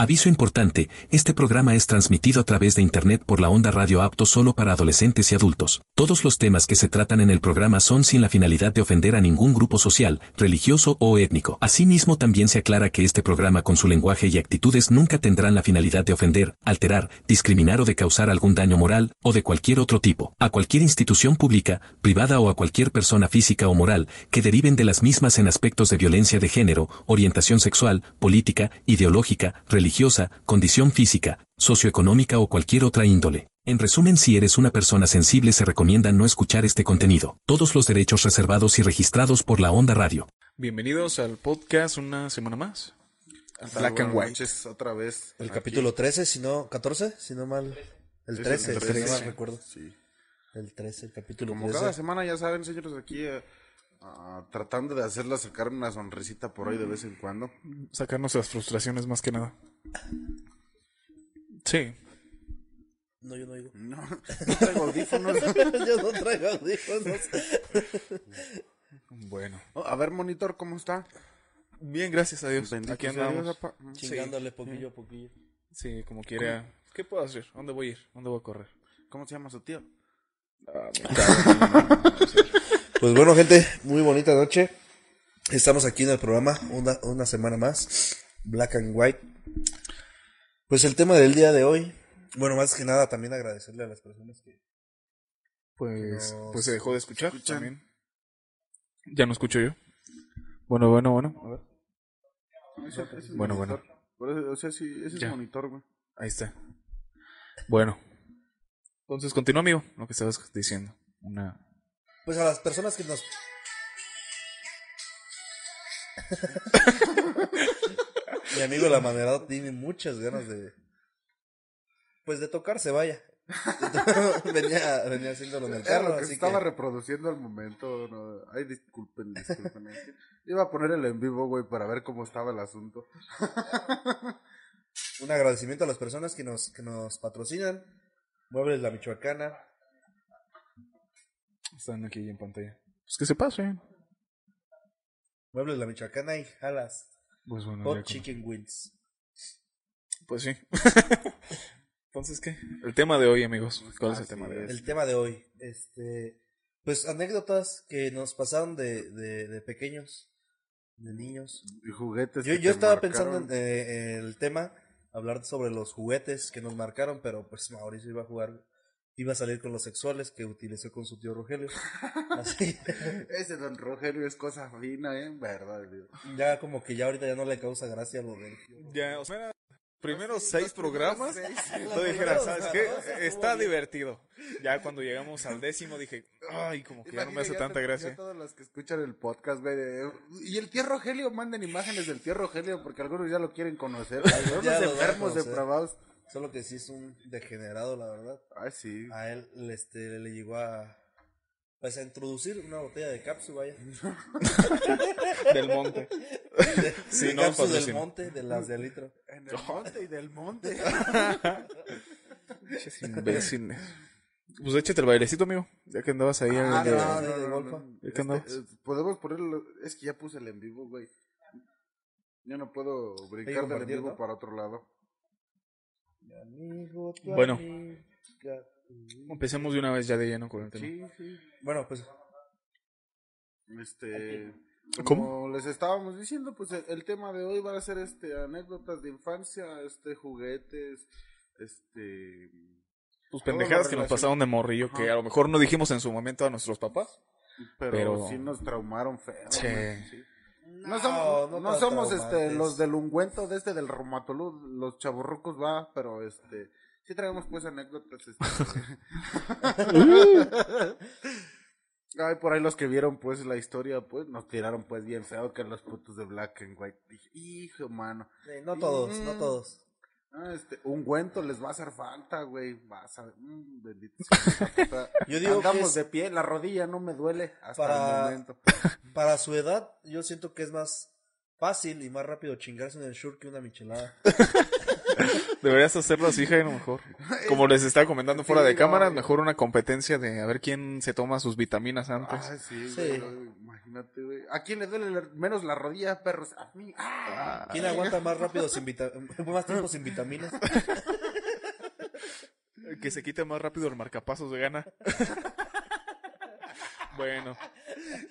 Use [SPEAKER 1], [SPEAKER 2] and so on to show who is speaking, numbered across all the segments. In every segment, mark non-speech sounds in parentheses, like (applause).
[SPEAKER 1] Aviso importante, este programa es transmitido a través de Internet por la onda radio apto solo para adolescentes y adultos. Todos los temas que se tratan en el programa son sin la finalidad de ofender a ningún grupo social, religioso o étnico. Asimismo, también se aclara que este programa con su lenguaje y actitudes nunca tendrán la finalidad de ofender, alterar, discriminar o de causar algún daño moral o de cualquier otro tipo a cualquier institución pública, privada o a cualquier persona física o moral que deriven de las mismas en aspectos de violencia de género, orientación sexual, política, ideológica, religiosa religiosa, condición física, socioeconómica o cualquier otra índole. En resumen, si eres una persona sensible se recomienda no escuchar este contenido. Todos los derechos reservados y registrados por la Onda Radio.
[SPEAKER 2] Bienvenidos al podcast una semana más. Hasta
[SPEAKER 3] Black and
[SPEAKER 2] luego,
[SPEAKER 3] White.
[SPEAKER 2] noches, otra vez.
[SPEAKER 4] El
[SPEAKER 2] aquí.
[SPEAKER 4] capítulo 13, si no, 14, si no mal. El 13,
[SPEAKER 2] el
[SPEAKER 4] si no
[SPEAKER 2] 13.
[SPEAKER 4] mal recuerdo.
[SPEAKER 3] Sí.
[SPEAKER 4] El 13, el capítulo
[SPEAKER 3] Como
[SPEAKER 4] 13.
[SPEAKER 3] cada semana, ya saben, señores, aquí eh, ah, tratando de hacerla sacar una sonrisita por ahí de vez en cuando.
[SPEAKER 2] Sacarnos las frustraciones más que nada. Sí.
[SPEAKER 4] No, yo no oigo.
[SPEAKER 3] No, (laughs) no traigo audífonos.
[SPEAKER 4] (laughs) yo no traigo (laughs) audífonos.
[SPEAKER 2] Bueno.
[SPEAKER 3] Oh, a ver, monitor, ¿cómo está? Pues
[SPEAKER 2] Bien, gracias a Dios.
[SPEAKER 3] Bendito
[SPEAKER 2] Aquí
[SPEAKER 3] sea
[SPEAKER 2] andamos.
[SPEAKER 3] Dios, apa. Mm.
[SPEAKER 4] Chingándole poquillo a poquillo.
[SPEAKER 2] Sí, como quiera.
[SPEAKER 3] Eh,
[SPEAKER 2] ¿Qué puedo hacer? ¿Dónde voy a ir? ¿Dónde voy a correr?
[SPEAKER 3] ¿Cómo se llama su tío?
[SPEAKER 4] Pues bueno, gente, muy bonita noche. Estamos aquí en el programa, una, una semana más. Black and White. Pues el tema del día de hoy. Bueno, más que nada, también agradecerle a las personas que.
[SPEAKER 2] Pues,
[SPEAKER 4] Nos
[SPEAKER 2] pues se dejó de escuchar
[SPEAKER 3] escuchan.
[SPEAKER 2] también. Ya no escucho yo. Bueno, bueno, bueno. A ver.
[SPEAKER 3] Ese- ese es
[SPEAKER 2] Bueno,
[SPEAKER 3] monitor.
[SPEAKER 2] bueno.
[SPEAKER 3] Por eso, o sea, sí, ese
[SPEAKER 2] Ya.
[SPEAKER 3] es monitor, güey.
[SPEAKER 2] Ahí está. Bueno. Entonces continúa, amigo, lo que estabas diciendo. Una...
[SPEAKER 4] Pues a las personas que nos. Mi amigo el amanerado tiene muchas ganas de. Pues de tocarse, vaya. (laughs) venía, venía haciéndolo en el
[SPEAKER 3] Era
[SPEAKER 4] carro,
[SPEAKER 3] lo que
[SPEAKER 4] así
[SPEAKER 3] estaba
[SPEAKER 4] que.
[SPEAKER 3] reproduciendo al momento. no. Ay, disculpen, disculpen.
[SPEAKER 4] (laughs)
[SPEAKER 3] Es que Iba a poner el en vivo, güey, para ver cómo estaba el asunto.
[SPEAKER 4] Un agradecimiento a las personas que nos, que nos patrocinan. Muebles La Michoacana.
[SPEAKER 2] Están aquí en pantalla. Pues que se pasen.
[SPEAKER 4] Muebles La Michoacana y Jalas.
[SPEAKER 2] Pues bueno. ya
[SPEAKER 4] Hot
[SPEAKER 2] como-
[SPEAKER 4] Chicken Wings.
[SPEAKER 2] Pues
[SPEAKER 3] (laughs)
[SPEAKER 2] sí. Entonces, ¿qué? El tema de hoy, amigos. ¿Cuál es el
[SPEAKER 3] Así
[SPEAKER 2] tema de hoy?
[SPEAKER 3] es.
[SPEAKER 4] El tema de hoy. Este. Pues anécdotas que nos pasaron de, de, de pequeños. De niños.
[SPEAKER 3] Y
[SPEAKER 2] Pues,
[SPEAKER 3] juguetes.
[SPEAKER 4] Yo,
[SPEAKER 3] que
[SPEAKER 4] yo
[SPEAKER 3] te
[SPEAKER 4] estaba
[SPEAKER 3] marcaron.
[SPEAKER 4] pensando en, eh, en el tema, hablar sobre los juguetes que nos marcaron, pero pues Mauricio iba a jugar, iba a salir con los sexuales que utilizó con su
[SPEAKER 2] (laughs)
[SPEAKER 4] tío Rogelio. Así,
[SPEAKER 3] Ese don Rogelio es cosa fina, ¿eh? Verdad, güey.
[SPEAKER 4] ya como que ya ahorita ya no le causa gracia lo del...
[SPEAKER 2] Ya, o sea, era- primeros seis programas, (laughs) yo dijera,
[SPEAKER 4] primeros,
[SPEAKER 2] ¿sabes
[SPEAKER 4] ajá, o sea,
[SPEAKER 2] qué? Está
[SPEAKER 4] estuvo bien".
[SPEAKER 2] divertido. Ya cuando llegamos al décimo dije, ay, como que ya no me
[SPEAKER 3] Imagina,
[SPEAKER 2] hace
[SPEAKER 3] ya
[SPEAKER 2] tanta
[SPEAKER 3] te- ya
[SPEAKER 2] gracia.
[SPEAKER 3] todos los que escuchan el podcast, güey. de- Y el tío Rogelio, manden imágenes del tío Rogelio porque algunos ya lo quieren conocer. Algunos
[SPEAKER 4] Ya lo van a
[SPEAKER 3] enfermos
[SPEAKER 4] conocer.
[SPEAKER 3] depravados.
[SPEAKER 4] Solo que sí es un degenerado, la verdad.
[SPEAKER 3] Ay, sí. (laughs)
[SPEAKER 4] A él este, le llegó a... Pues a introducir una botella de
[SPEAKER 2] (laughs)
[SPEAKER 4] capsu, vaya.
[SPEAKER 2] Del monte.
[SPEAKER 4] De,
[SPEAKER 2] Sí,
[SPEAKER 4] de
[SPEAKER 2] no,
[SPEAKER 4] capsu
[SPEAKER 2] pues, sí.
[SPEAKER 4] del monte, de las de litro.
[SPEAKER 3] (laughs) En el monte y del monte.
[SPEAKER 2] Pinches (laughs) imbéciles. Pues échate el bailecito, amigo. Ya que andabas ahí.
[SPEAKER 3] Ah,
[SPEAKER 2] en el-
[SPEAKER 4] no. de golfa.
[SPEAKER 2] ¿De qué
[SPEAKER 3] Este,
[SPEAKER 2] andabas?
[SPEAKER 3] eh, Podemos ponerlo. Es que ya puse el en vivo, güey. Yo no puedo brincar del en
[SPEAKER 4] compartir,
[SPEAKER 3] vivo
[SPEAKER 4] ¿no?
[SPEAKER 3] para otro lado.
[SPEAKER 4] Mi amigo, tu
[SPEAKER 2] Bueno.
[SPEAKER 4] amiga, tu-
[SPEAKER 2] Empecemos de una vez ya de lleno con el tema.
[SPEAKER 3] Sí, sí.
[SPEAKER 4] Bueno, pues
[SPEAKER 3] Este, como
[SPEAKER 2] ¿Cómo?
[SPEAKER 3] les estábamos diciendo, pues el, el tema de hoy va a ser este anécdotas de infancia, este juguetes, este
[SPEAKER 2] Tus
[SPEAKER 3] Todo lo
[SPEAKER 2] pendejadas que nos
[SPEAKER 3] relacionado.
[SPEAKER 2] pasaron de morrillo, que
[SPEAKER 3] Ajá.
[SPEAKER 2] a lo mejor no dijimos en su momento a nuestros papás.
[SPEAKER 3] pero,
[SPEAKER 2] Pero-
[SPEAKER 3] sí nos traumaron feo.
[SPEAKER 2] Sí.
[SPEAKER 3] man, sí. No,
[SPEAKER 4] No,
[SPEAKER 3] somos,
[SPEAKER 4] no
[SPEAKER 3] no,
[SPEAKER 4] tan
[SPEAKER 3] somos este
[SPEAKER 4] traumantes.
[SPEAKER 3] los del ungüento de este del romatolud, los chaburrucos va, pero este sí traemos pues anécdotas este.
[SPEAKER 4] (laughs)
[SPEAKER 3] Ay, por ahí los que vieron pues la historia, pues nos tiraron pues bien feo que los putos de Black and White. Dije, hijo, mano.
[SPEAKER 4] eh, no todos, no
[SPEAKER 3] Mm.
[SPEAKER 4] todos.
[SPEAKER 3] Ah, este, ungüento les va a hacer falta, güey. Vas a ver. mm, bendito sea. O sea,
[SPEAKER 4] (laughs) Yo digo que
[SPEAKER 3] andamos
[SPEAKER 4] es-
[SPEAKER 3] de pie, la rodilla no me duele hasta
[SPEAKER 4] Para-
[SPEAKER 3] el momento.
[SPEAKER 4] Para su edad, yo siento que es más fácil y más rápido chingarse un ensure que una michelada.
[SPEAKER 2] Deberías hacerlo así, Jairo,
[SPEAKER 4] (laughs)
[SPEAKER 2] mejor. Como les estaba comentando fuera
[SPEAKER 3] Sí,
[SPEAKER 2] de
[SPEAKER 3] no,
[SPEAKER 2] cámara,
[SPEAKER 3] eh.
[SPEAKER 2] mejor una competencia de a ver quién se toma sus vitaminas antes.
[SPEAKER 3] Ah, sí,
[SPEAKER 4] Sí.
[SPEAKER 3] güey, imagínate. Imagínate, güey. ¿A quién le duele la- menos la rodilla, perros? A mí. ¡Ah!
[SPEAKER 4] ¿Quién aguanta más rápido sin vita- más tiempo sin (laughs) vitaminas? Ah,
[SPEAKER 2] El que se quite más rápido el marcapasos de
[SPEAKER 4] (laughs)
[SPEAKER 2] gana. bueno,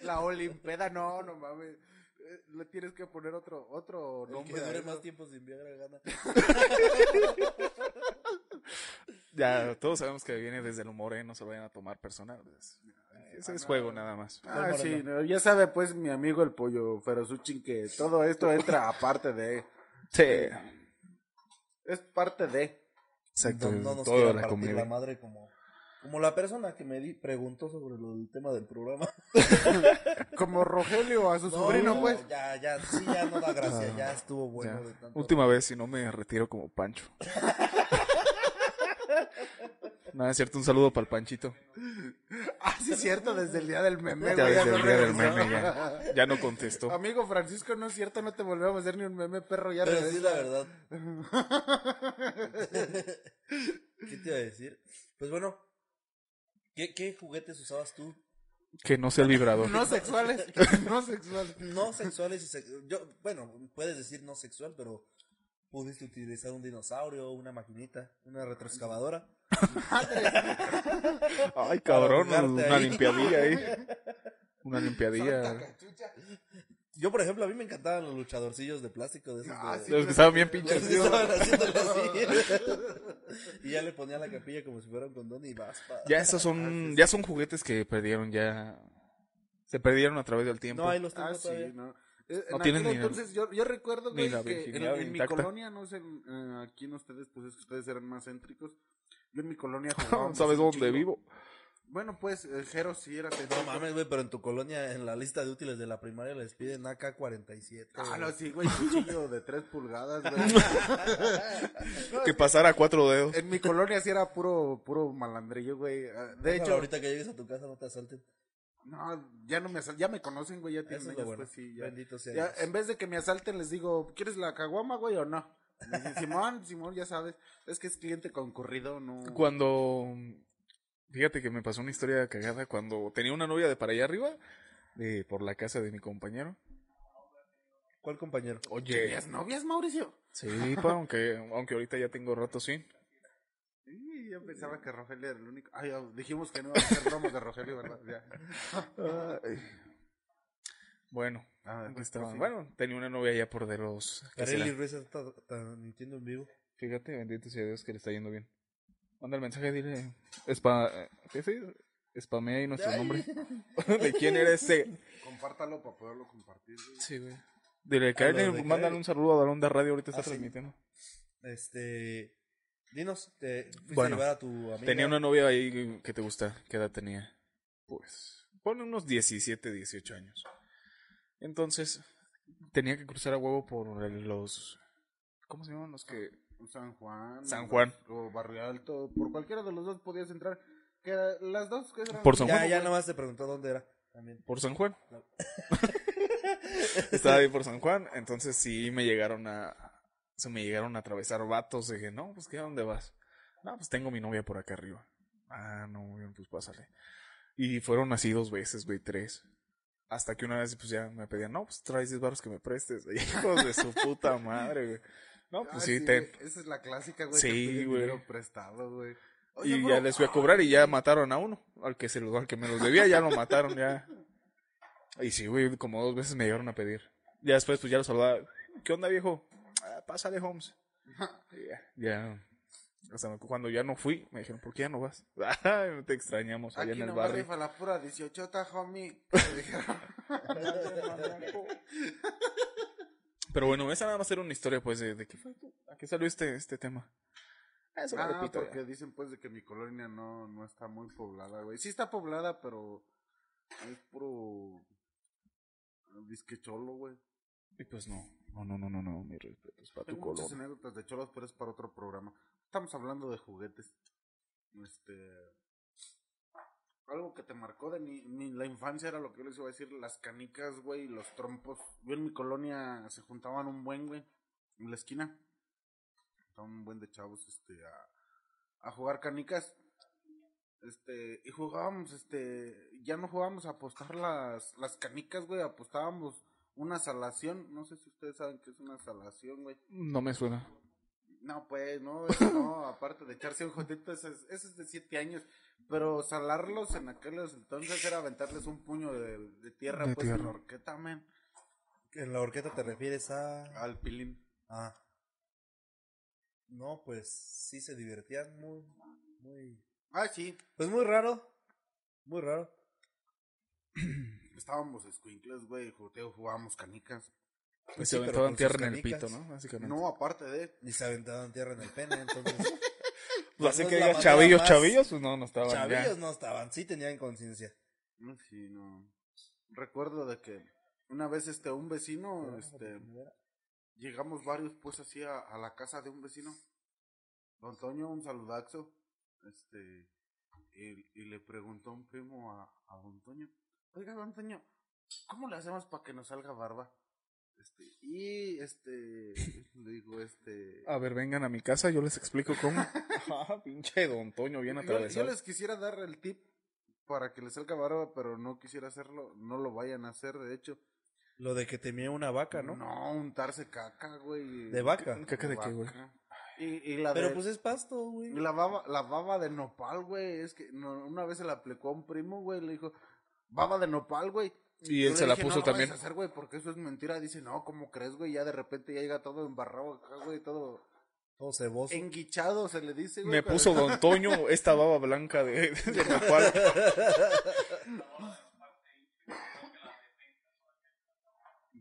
[SPEAKER 3] La Olimpeda, no, no mames. Eh, Le tienes que poner otro, otro
[SPEAKER 4] El que
[SPEAKER 3] nombre. a
[SPEAKER 4] dure
[SPEAKER 3] eso.
[SPEAKER 4] más tiempo sin Viagra gana.
[SPEAKER 2] ya todos sabemos que viene desde el humor, ¿eh? No se lo vayan a tomar personal. pues, Ese es juego nada más.
[SPEAKER 3] Ah, sí, no, ya sabe pues mi amigo el pollo Ferozuchin que todo esto entra aparte de... eh,
[SPEAKER 2] Sí.
[SPEAKER 3] Es parte de...
[SPEAKER 2] Exacto.
[SPEAKER 4] No, no nos
[SPEAKER 2] toda
[SPEAKER 4] quiera
[SPEAKER 2] la
[SPEAKER 4] partir la
[SPEAKER 2] comedia.
[SPEAKER 4] madre como, como la persona que me di- preguntó sobre lo del tema del programa.
[SPEAKER 3] Como Rogelio a (laughs) su sobrino,
[SPEAKER 4] no,
[SPEAKER 3] pues. Ah,
[SPEAKER 4] Ya, ya, sí, ya no da gracia, ya estuvo bueno
[SPEAKER 2] Ya.
[SPEAKER 4] de tanto.
[SPEAKER 2] Última vez, si no me retiro como
[SPEAKER 4] (laughs)
[SPEAKER 2] Pancho. Nada, es cierto, un saludo para el Panchito.
[SPEAKER 3] Ah, sí, es cierto, desde el día del meme,
[SPEAKER 2] Ya
[SPEAKER 3] güey, ya
[SPEAKER 2] desde
[SPEAKER 3] no
[SPEAKER 2] el día del
[SPEAKER 3] regresó.
[SPEAKER 2] meme, ya, ya no contestó.
[SPEAKER 4] Ah,
[SPEAKER 3] Amigo Francisco, no es cierto, no te volvemos a hacer ni un meme, perro, ya
[SPEAKER 4] Pero
[SPEAKER 3] regresa.
[SPEAKER 4] sí, la verdad. ¿Qué te iba a decir? Pues bueno, ¿qué, qué juguetes usabas tú?
[SPEAKER 2] Que no sea el vibrador.
[SPEAKER 3] No sexuales, no sexuales. (laughs)
[SPEAKER 4] No sexuales y sex- yo Bueno, puedes decir no sexual, pero pudiste utilizar un dinosaurio, una maquinita, una retroexcavadora.
[SPEAKER 2] Ay, cabrón,
[SPEAKER 4] Para ahogarte
[SPEAKER 2] una
[SPEAKER 4] ahí.
[SPEAKER 2] limpiadilla ahí. Una limpiadilla.
[SPEAKER 4] Yo, por ejemplo, a mí me encantaban los luchadorcillos de plástico de esos.
[SPEAKER 3] Ah,
[SPEAKER 4] de-
[SPEAKER 3] sí,
[SPEAKER 2] Los que estaban bien
[SPEAKER 4] (laughs)
[SPEAKER 2] pinches.
[SPEAKER 4] Los que estaban haciéndole
[SPEAKER 3] (laughs)
[SPEAKER 4] así. y ya le ponía la capilla como si fuera un condón y vas pa-
[SPEAKER 2] Ya esos
[SPEAKER 4] Ah,
[SPEAKER 2] son, ya son juguetes que perdieron ya. Se perdieron a través del tiempo.
[SPEAKER 4] No, ahí los tengo
[SPEAKER 3] Ah,
[SPEAKER 4] todavía.
[SPEAKER 3] sí, no. Eh,
[SPEAKER 2] No
[SPEAKER 3] en
[SPEAKER 2] tienen
[SPEAKER 3] aquel
[SPEAKER 2] ni-
[SPEAKER 3] entonces, yo, yo recuerdo,
[SPEAKER 2] ni
[SPEAKER 3] güey,
[SPEAKER 2] la
[SPEAKER 3] que en,
[SPEAKER 2] virginidad
[SPEAKER 3] en mi
[SPEAKER 2] intacta.
[SPEAKER 3] colonia, no sé, eh, aquí en ustedes, pues es que ustedes eran más céntricos. Yo en
[SPEAKER 2] (laughs)
[SPEAKER 3] mi colonia
[SPEAKER 2] (laughs) No
[SPEAKER 3] jugábamos
[SPEAKER 2] sabes
[SPEAKER 3] un
[SPEAKER 2] dónde
[SPEAKER 3] chingo.
[SPEAKER 2] vivo.
[SPEAKER 3] Bueno, pues, el Jero sí era
[SPEAKER 4] No
[SPEAKER 3] céntrico.
[SPEAKER 4] mames, güey, pero en tu colonia, en la lista de útiles de la primaria les piden AK-47.
[SPEAKER 3] Ah,
[SPEAKER 4] güey.
[SPEAKER 3] no, sí, güey, cuchillo de tres
[SPEAKER 2] (laughs)
[SPEAKER 3] pulgadas, güey.
[SPEAKER 2] Que pasara a cuatro dedos.
[SPEAKER 3] En mi colonia sí era puro, puro malandrillo, güey. Ah, De
[SPEAKER 4] Ojalá
[SPEAKER 3] hecho,
[SPEAKER 4] ahorita que llegues a tu casa no te asalten.
[SPEAKER 3] no, ya no me asal- ya me conocen, güey, ya
[SPEAKER 4] Eso es
[SPEAKER 3] tienen
[SPEAKER 4] lo
[SPEAKER 3] ellos,
[SPEAKER 4] bueno.
[SPEAKER 3] pues sí, ya.
[SPEAKER 4] Bendito sea
[SPEAKER 3] Ya,
[SPEAKER 4] Dios.
[SPEAKER 3] en vez de que me asalten, les digo, ¿quieres la caguama, güey, o no? Me dicen, Simón, (laughs) Simón, ya sabes, es que es cliente concurrido, no.
[SPEAKER 2] Cuando. Fíjate que me pasó una historia cagada cuando tenía una novia de para allá arriba, de, por la casa de mi compañero.
[SPEAKER 4] ¿Cuál compañero?
[SPEAKER 2] Oye.
[SPEAKER 3] ¿Tenías novias, Mauricio?
[SPEAKER 2] Sí, pa, aunque, aunque ahorita ya tengo rato sin.
[SPEAKER 3] Sí, yo pensaba que Rogelio era el único. Ay, ya dijimos que no iba a hacer bromas de Rogelio, ¿verdad? Ya.
[SPEAKER 2] Bueno,
[SPEAKER 3] (laughs) Ah,
[SPEAKER 2] aquí
[SPEAKER 3] pues,
[SPEAKER 2] estaba.
[SPEAKER 3] pues, sí.
[SPEAKER 2] Bueno, tenía una novia ya por de los. ¿qué será?
[SPEAKER 4] Carelli Ruiz está transmitiendo en vivo.
[SPEAKER 2] Fíjate, bendito sea Dios que le está yendo bien. Manda el mensaje, dile. Spa, ¿Qué se dice? Spamea ahí nuestro nombre. ¿De quién era ese?
[SPEAKER 3] Compártalo para poderlo compartir. güey.
[SPEAKER 2] Sí, güey. Dile,
[SPEAKER 4] A los
[SPEAKER 2] Karen,
[SPEAKER 4] de
[SPEAKER 2] mándale
[SPEAKER 4] Karen.
[SPEAKER 2] un saludo a la onda radio, ahorita
[SPEAKER 4] Ah,
[SPEAKER 2] está
[SPEAKER 4] sí.
[SPEAKER 2] transmitiendo.
[SPEAKER 4] Este. Dinos, ¿te fuiste
[SPEAKER 2] Bueno,
[SPEAKER 4] a llevar a tu amiga?
[SPEAKER 2] Tenía una novia ahí que te gusta. ¿Qué edad tenía? Pues, pone unos 17, 18 años. Entonces, tenía que cruzar a huevo por el- los. ¿Cómo se llaman los que.?
[SPEAKER 3] San Juan.
[SPEAKER 2] San
[SPEAKER 3] o-
[SPEAKER 2] Juan.
[SPEAKER 3] O Barrio Alto. Por cualquiera de los dos podías entrar. Que las dos que eran.
[SPEAKER 2] Por San
[SPEAKER 4] Ya,
[SPEAKER 2] Juan.
[SPEAKER 4] ya nomás te preguntó dónde era. También. (laughs)
[SPEAKER 2] Por San Juan. Estaba ahí por San Juan. Entonces, sí me llegaron a. Se me llegaron a atravesar vatos. Dije, no, pues, ¿qué? ¿A dónde vas? No, pues tengo mi novia por acá arriba. Ah, no, muy bien, pues pásale. Y fueron así dos veces, güey, tres. Hasta que una vez, pues ya me pedían, no, pues traes 10 baros que me prestes. (laughs) Hijos de su puta madre, güey. No,
[SPEAKER 3] Ah,
[SPEAKER 2] pues sí,
[SPEAKER 3] sí,
[SPEAKER 2] ten.
[SPEAKER 3] güey, Esa es la clásica, güey.
[SPEAKER 2] Sí,
[SPEAKER 3] te piden
[SPEAKER 2] güey.
[SPEAKER 3] dinero prestado, güey. Oye,
[SPEAKER 2] Y
[SPEAKER 3] bro,
[SPEAKER 2] ya les fui a cobrar y ya mataron a uno. Al que se los, al que me los debía, ya lo mataron, ya. Y sí, güey, como dos veces me llegaron a pedir. Ya después, pues ya los saludaba. ¿Qué onda, viejo? "Ah, pásale, Holmes. Y ya, ya. Hasta me- cuando ya no fui, me dijeron, ¿por qué ya no vas? (laughs) Ay, te extrañamos allá
[SPEAKER 3] Aquí
[SPEAKER 2] en el
[SPEAKER 3] nomás
[SPEAKER 2] barrio.
[SPEAKER 3] rifa la pura 18, homie.
[SPEAKER 2] (laughs) Pero bueno, esa nada más era una historia, pues, de, de qué fue, ¿a qué salió este, este tema? Ah, Eso me
[SPEAKER 3] ah,
[SPEAKER 2] repito,
[SPEAKER 3] porque dicen pues de que mi colonia no, no está muy poblada, güey. Sí está poblada, pero es puro disque cholo, güey.
[SPEAKER 2] Y pues no, no, no, no, no, no, mi respeto es para tu
[SPEAKER 3] Tengo
[SPEAKER 2] color.
[SPEAKER 3] muchas anécdotas de cholos, pero es para otro programa. Estamos hablando de juguetes. Este. Algo que te marcó de mi, mi- la infancia era lo que yo les iba a decir, las canicas, güey, y los trompos. Yo en mi colonia se juntaban un buen, güey, en la esquina. Estaban un buen de chavos, este, a, a jugar canicas. Este, y jugábamos, este, ya no jugábamos a apostar las, las canicas, güey, apostábamos una salación, no sé si ustedes saben qué es una salación, güey.
[SPEAKER 2] No me suena.
[SPEAKER 3] No, pues, no, eso
[SPEAKER 2] (laughs)
[SPEAKER 3] no, aparte de echarse un jodito, eso es, eso es de siete años. Pero salarlos en aquellos entonces era aventarles un puño de, de tierra,
[SPEAKER 2] De
[SPEAKER 3] pues, en la
[SPEAKER 2] tierra.
[SPEAKER 3] horqueta, man,
[SPEAKER 4] En la horqueta te refieres a.
[SPEAKER 3] al pilín.
[SPEAKER 4] Ah. No, pues sí se divertían muy. muy...
[SPEAKER 3] Ah, sí,
[SPEAKER 4] Pues muy raro. Muy raro.
[SPEAKER 3] estábamos escuincles, güey, joteo, jugábamos canicas.
[SPEAKER 2] Pues se
[SPEAKER 4] sí, pero
[SPEAKER 2] aventaban
[SPEAKER 4] con
[SPEAKER 2] tierra
[SPEAKER 4] sus
[SPEAKER 2] en el
[SPEAKER 4] canicas.
[SPEAKER 2] pito, ¿no? Básicamente.
[SPEAKER 3] No, aparte de,
[SPEAKER 4] Y se aventaban tierra en el pene, entonces.
[SPEAKER 2] Pues así
[SPEAKER 4] no
[SPEAKER 2] que
[SPEAKER 4] es la
[SPEAKER 2] digas
[SPEAKER 4] manera
[SPEAKER 2] chavillos,
[SPEAKER 4] más-
[SPEAKER 2] chavillos, pues no, no (laughs) estaban ya.
[SPEAKER 4] Chavillos no estaban, sí tenían conciencia.
[SPEAKER 3] No, Mm, Sí, no. Recuerdo de que una vez este un vecino, este, llegamos varios pues así a, a la casa de un vecino. Don Toño, un saludaxo. Este, y, y le preguntó un primo a, a Don Toño, oiga Don Toño, ¿cómo le hacemos para que nos salga barba? Este, y este, le digo, este,
[SPEAKER 2] A ver, vengan a mi casa, yo les explico (laughs) cómo. ah, pinche Don Toño, bien
[SPEAKER 3] yo, yo
[SPEAKER 2] atravesado.
[SPEAKER 3] les quisiera dar el tip para que les salga barba, pero no quisiera hacerlo, no lo vayan a hacer, de hecho.
[SPEAKER 4] Lo de que temía una vaca, ¿no?
[SPEAKER 3] No, untarse caca, güey.
[SPEAKER 4] De vaca.
[SPEAKER 2] ¿Caca de qué, güey?
[SPEAKER 3] Vaca. Y, y la
[SPEAKER 4] Pero
[SPEAKER 3] de-
[SPEAKER 4] pues es pasto, güey.
[SPEAKER 3] y la baba, la baba de nopal, güey. Es que no- una vez se la aplicó a un primo, güey. Le dijo, baba de nopal, güey.
[SPEAKER 2] Y
[SPEAKER 3] Yo
[SPEAKER 2] él
[SPEAKER 3] le
[SPEAKER 2] se la
[SPEAKER 3] dije, "No
[SPEAKER 2] puso
[SPEAKER 3] lo
[SPEAKER 2] también.
[SPEAKER 3] vayas a hacer, güey, porque eso es mentira. Dice, no, ¿cómo crees, güey? Ya de repente ya llega todo embarrado acá, güey. Todo
[SPEAKER 4] Todo ceboso.
[SPEAKER 3] enguichado, se le dice, güey.
[SPEAKER 2] Me (laughs)
[SPEAKER 3] pero-
[SPEAKER 2] puso Don Toño esta baba blanca de, (laughs) de nopal.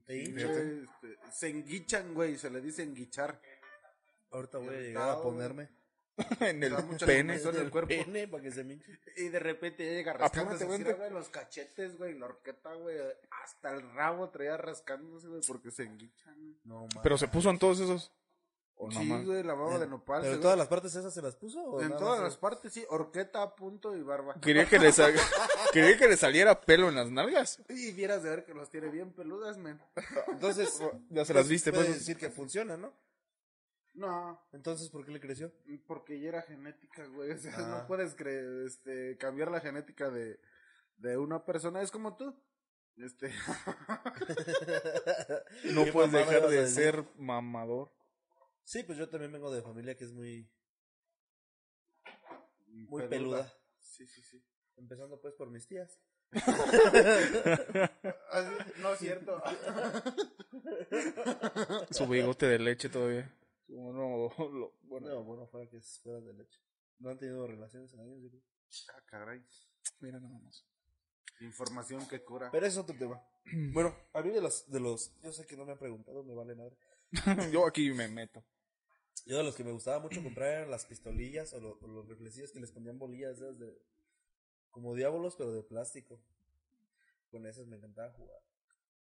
[SPEAKER 3] Pinche, este, se enguichan, güey. Se le dice enguichar.
[SPEAKER 4] Ahorita voy a llegar a ponerme
[SPEAKER 2] en el
[SPEAKER 3] Da mucha
[SPEAKER 2] pene.
[SPEAKER 3] comezón. en el cuerpo.
[SPEAKER 4] Pene para que se minche.
[SPEAKER 3] Y de repente ya
[SPEAKER 4] Ah,
[SPEAKER 3] llega
[SPEAKER 2] Apúrate,
[SPEAKER 3] rascándose así,
[SPEAKER 2] vente.
[SPEAKER 3] güey, los cachetes, güey, la horqueta, güey, hasta el rabo traía rascándose, güey, porque se enguichan, güey.
[SPEAKER 4] No mames.
[SPEAKER 2] Pero se puso en todos esos. O
[SPEAKER 3] sí,
[SPEAKER 2] nomás.
[SPEAKER 3] güey, la baba de nopal.
[SPEAKER 4] ¿Pero
[SPEAKER 3] se-
[SPEAKER 4] en todas las partes esas se las puso? o
[SPEAKER 3] en
[SPEAKER 4] nada
[SPEAKER 3] todas
[SPEAKER 4] más
[SPEAKER 3] las partes, sí, horqueta, punto y barba.
[SPEAKER 2] Quería que, le (laughs) salga- quería que le saliera pelo en las nalgas.
[SPEAKER 3] Y vieras de ver que los tiene bien peludas, men.
[SPEAKER 4] (laughs) Entonces,
[SPEAKER 2] Ya se las viste,
[SPEAKER 4] puedes
[SPEAKER 2] pues.
[SPEAKER 4] decir que funciona, ¿no?
[SPEAKER 3] No,
[SPEAKER 4] Entonces, ¿por qué le creció?
[SPEAKER 3] porque ya era genética, güey, o sea,
[SPEAKER 4] Ah.
[SPEAKER 3] no puedes cre- este, cambiar la genética de, de una persona, es como tú. Este, (laughs)
[SPEAKER 2] No
[SPEAKER 4] ¿Qué
[SPEAKER 2] puedes
[SPEAKER 4] mamada
[SPEAKER 2] dejar
[SPEAKER 4] vas a
[SPEAKER 2] de
[SPEAKER 4] decir?
[SPEAKER 2] ser mamador.
[SPEAKER 4] Sí, pues yo también vengo de familia que es muy, muy peluda.
[SPEAKER 3] Sí, sí, sí.
[SPEAKER 4] Empezando pues por mis tías.
[SPEAKER 3] Ah, sí, No es cierto.
[SPEAKER 4] (laughs)
[SPEAKER 2] Su bigote de leche todavía. Su- no, lo- bueno,
[SPEAKER 4] No, bueno, fuera que es- fueran de leche. No han tenido relaciones en años, yo creo.
[SPEAKER 3] Ah, caray.
[SPEAKER 2] mira nada más.
[SPEAKER 3] Información que cura.
[SPEAKER 4] Pero es otro
[SPEAKER 2] (clears throat)
[SPEAKER 4] tema. Bueno, a mí de los, de los, yo sé que no me han preguntado, me vale madre.
[SPEAKER 2] (clears throat) Yo aquí me meto.
[SPEAKER 4] Yo de los que me
[SPEAKER 2] (clears throat)
[SPEAKER 4] gustaba mucho comprar eran las pistolillas o, lo- o los reflexivos que les ponían bolillas esas de, como diábolos, pero de plástico. Con esas me encantaba jugar.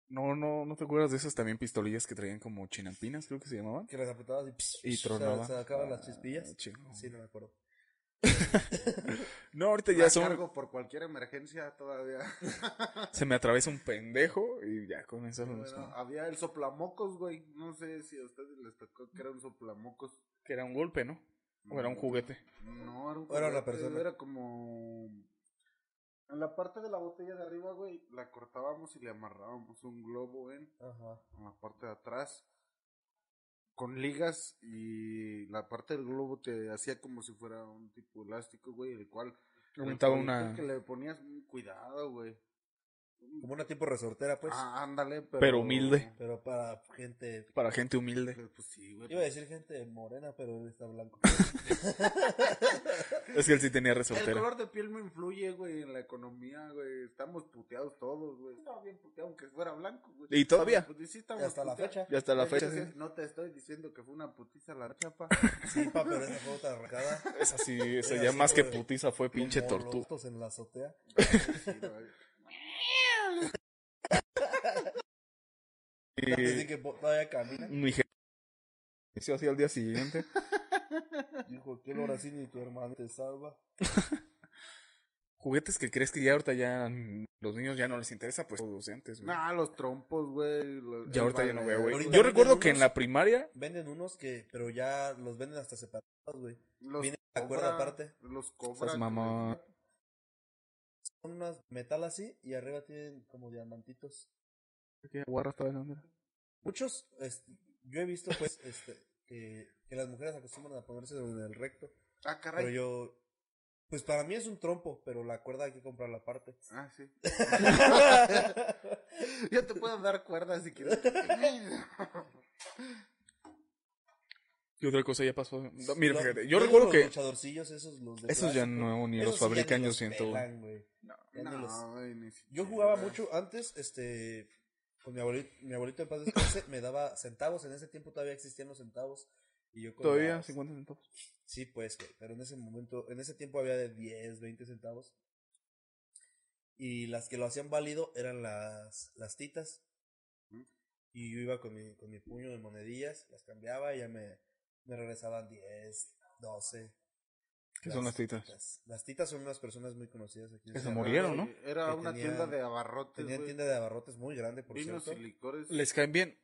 [SPEAKER 2] No, no, ¿no te acuerdas de esas también pistolillas que traían como chinampinas, creo que se llamaban?
[SPEAKER 4] Que las apretabas y, pss,
[SPEAKER 2] Y
[SPEAKER 4] pss,
[SPEAKER 2] tronaba.
[SPEAKER 4] Se, se acaban
[SPEAKER 2] Ah,
[SPEAKER 4] las chispillas.
[SPEAKER 2] chingón.
[SPEAKER 4] Sí, no me acuerdo.
[SPEAKER 2] (laughs) No,
[SPEAKER 4] (laughs)
[SPEAKER 2] ahorita
[SPEAKER 3] La
[SPEAKER 2] este ya son...
[SPEAKER 3] cargo por cualquier emergencia
[SPEAKER 2] (laughs)
[SPEAKER 3] todavía.
[SPEAKER 2] Se me atraviesa un pendejo y ya con eso...
[SPEAKER 3] Bueno,
[SPEAKER 2] los-
[SPEAKER 3] había el soplamocos, güey. No sé si a ustedes les tocó que era un soplamocos. Mm,
[SPEAKER 2] Que era un golpe, ¿no? O
[SPEAKER 4] Mm.
[SPEAKER 2] era un juguete.
[SPEAKER 3] No, era un
[SPEAKER 4] O era una
[SPEAKER 3] juguete,
[SPEAKER 4] persona.
[SPEAKER 3] Era como... En la parte de la botella de arriba, güey, la cortábamos y le amarrábamos un globo en,
[SPEAKER 4] Ajá.
[SPEAKER 3] en la parte de atrás con ligas y la parte del globo te hacía como si fuera un tipo elástico, güey, el cual...
[SPEAKER 2] Aumentaba
[SPEAKER 3] el
[SPEAKER 2] una...
[SPEAKER 3] que le ponías un cuidado, güey.
[SPEAKER 4] Como una tipo resortera, pues.
[SPEAKER 3] ah, ándale, pero...
[SPEAKER 2] Pero humilde.
[SPEAKER 4] Pero para gente.
[SPEAKER 2] Para gente humilde.
[SPEAKER 3] Pues sí, güey.
[SPEAKER 4] Iba a decir gente morena, pero él
[SPEAKER 2] (laughs)
[SPEAKER 4] está blanco.
[SPEAKER 2] Es que él sí tenía
[SPEAKER 3] pues, El
[SPEAKER 2] resortera.
[SPEAKER 3] color de piel no influye, güey, en la economía, güey. Estamos puteados todos, güey. Estaba bien puteado aunque fuera blanco, güey.
[SPEAKER 2] ¿Y todavía?
[SPEAKER 3] Pues sí,
[SPEAKER 4] Y
[SPEAKER 3] (laughs) estamos
[SPEAKER 4] hasta la
[SPEAKER 3] puteados.
[SPEAKER 4] fecha.
[SPEAKER 2] Y hasta la
[SPEAKER 3] De hecho,
[SPEAKER 2] fecha, sí.
[SPEAKER 3] sí, No te estoy diciendo que fue una putiza la chapa.
[SPEAKER 2] (laughs)
[SPEAKER 4] Sí, pa, pero esa fue otra arrancada.
[SPEAKER 2] Esa sí,
[SPEAKER 4] (laughs)
[SPEAKER 2] esa
[SPEAKER 4] Era
[SPEAKER 2] ya
[SPEAKER 4] así
[SPEAKER 2] más que
[SPEAKER 4] como de-
[SPEAKER 2] putiza fue pinche
[SPEAKER 4] Como
[SPEAKER 2] tortuga.
[SPEAKER 4] lotos en la azotea.
[SPEAKER 3] Sí, güey.
[SPEAKER 4] Así
[SPEAKER 2] Y
[SPEAKER 4] que po- todavía
[SPEAKER 2] (laughs)
[SPEAKER 4] camina.
[SPEAKER 2] mi jefe... Eso hacía al día siguiente.
[SPEAKER 4] Dijo, que ahora sí ni tu hermano te salva.
[SPEAKER 2] Juguetes que crees que ya ahorita ya... Los niños ya no les interesa, pues los de antes, güey.
[SPEAKER 3] nah, los trompos, güey. los-
[SPEAKER 2] Ya
[SPEAKER 3] el
[SPEAKER 2] ahorita ya no veo, güey.
[SPEAKER 4] Ahorita
[SPEAKER 2] Yo
[SPEAKER 4] venden
[SPEAKER 2] recuerdo que en
[SPEAKER 4] unos-
[SPEAKER 2] la primaria
[SPEAKER 4] Venden unos que, pero ya los venden hasta separados, güey.
[SPEAKER 3] Los
[SPEAKER 4] Viene la cuerda
[SPEAKER 3] cobra,
[SPEAKER 4] aparte.
[SPEAKER 3] Los cobra.
[SPEAKER 2] Estás mamón.
[SPEAKER 4] son unas metal así y arriba tienen como diamantitos.
[SPEAKER 2] Aquí Aguarra estaba en onda.
[SPEAKER 4] Muchos, este, yo he visto pues este, que, que las mujeres acostumbran a ponerse en el recto,
[SPEAKER 3] Ah, caray.
[SPEAKER 4] pero yo, pues para mí es un trompo, pero la cuerda hay que comprar la (laughs) parte.
[SPEAKER 3] Ah, sí. (laughs) Yo te puedo dar cuerdas si quieres. (laughs)
[SPEAKER 2] Y otra cosa ya pasó. No, Mira,
[SPEAKER 4] Lo-
[SPEAKER 2] fíjate, yo
[SPEAKER 4] luego
[SPEAKER 2] recuerdo
[SPEAKER 4] los
[SPEAKER 2] que
[SPEAKER 4] luchadorcillos esos los de
[SPEAKER 2] esos ya
[SPEAKER 4] plástico,
[SPEAKER 2] no ni
[SPEAKER 4] esos
[SPEAKER 2] los
[SPEAKER 4] sí ya
[SPEAKER 2] fabrican,
[SPEAKER 4] ni
[SPEAKER 2] yo
[SPEAKER 4] los
[SPEAKER 2] siento. güey.
[SPEAKER 4] pelan, güey.
[SPEAKER 3] No,
[SPEAKER 4] Ya ni los-
[SPEAKER 3] güey, ni siquiera.
[SPEAKER 4] Yo jugaba mucho antes, este, con mi abuelito, mi abuelito en paz descanse, me daba centavos, en ese tiempo todavía existían los centavos. Y yo con
[SPEAKER 2] Todavía
[SPEAKER 4] las-
[SPEAKER 2] 50 centavos.
[SPEAKER 4] Sí, pues, güey, pero en ese momento, en ese tiempo había de 10, 20 centavos. Y las que lo hacían válido eran las, las titas.
[SPEAKER 3] Ujú.
[SPEAKER 4] Y yo iba con mi, con mi puño de monedillas, las cambiaba y ya me, me regresaban 10, 12.
[SPEAKER 2] ¿Qué son las titas?
[SPEAKER 4] Las titas son unas personas muy conocidas aquí. en
[SPEAKER 2] Que se
[SPEAKER 4] Ciudad
[SPEAKER 2] murieron, ¿no?
[SPEAKER 3] Era
[SPEAKER 4] Que
[SPEAKER 3] una
[SPEAKER 4] tenían-
[SPEAKER 3] tienda de abarrotes.
[SPEAKER 4] Tenían
[SPEAKER 3] güey.
[SPEAKER 4] tienda de abarrotes muy grande, por
[SPEAKER 3] Vinos
[SPEAKER 4] cierto.
[SPEAKER 3] y licores.
[SPEAKER 2] Les caen bien,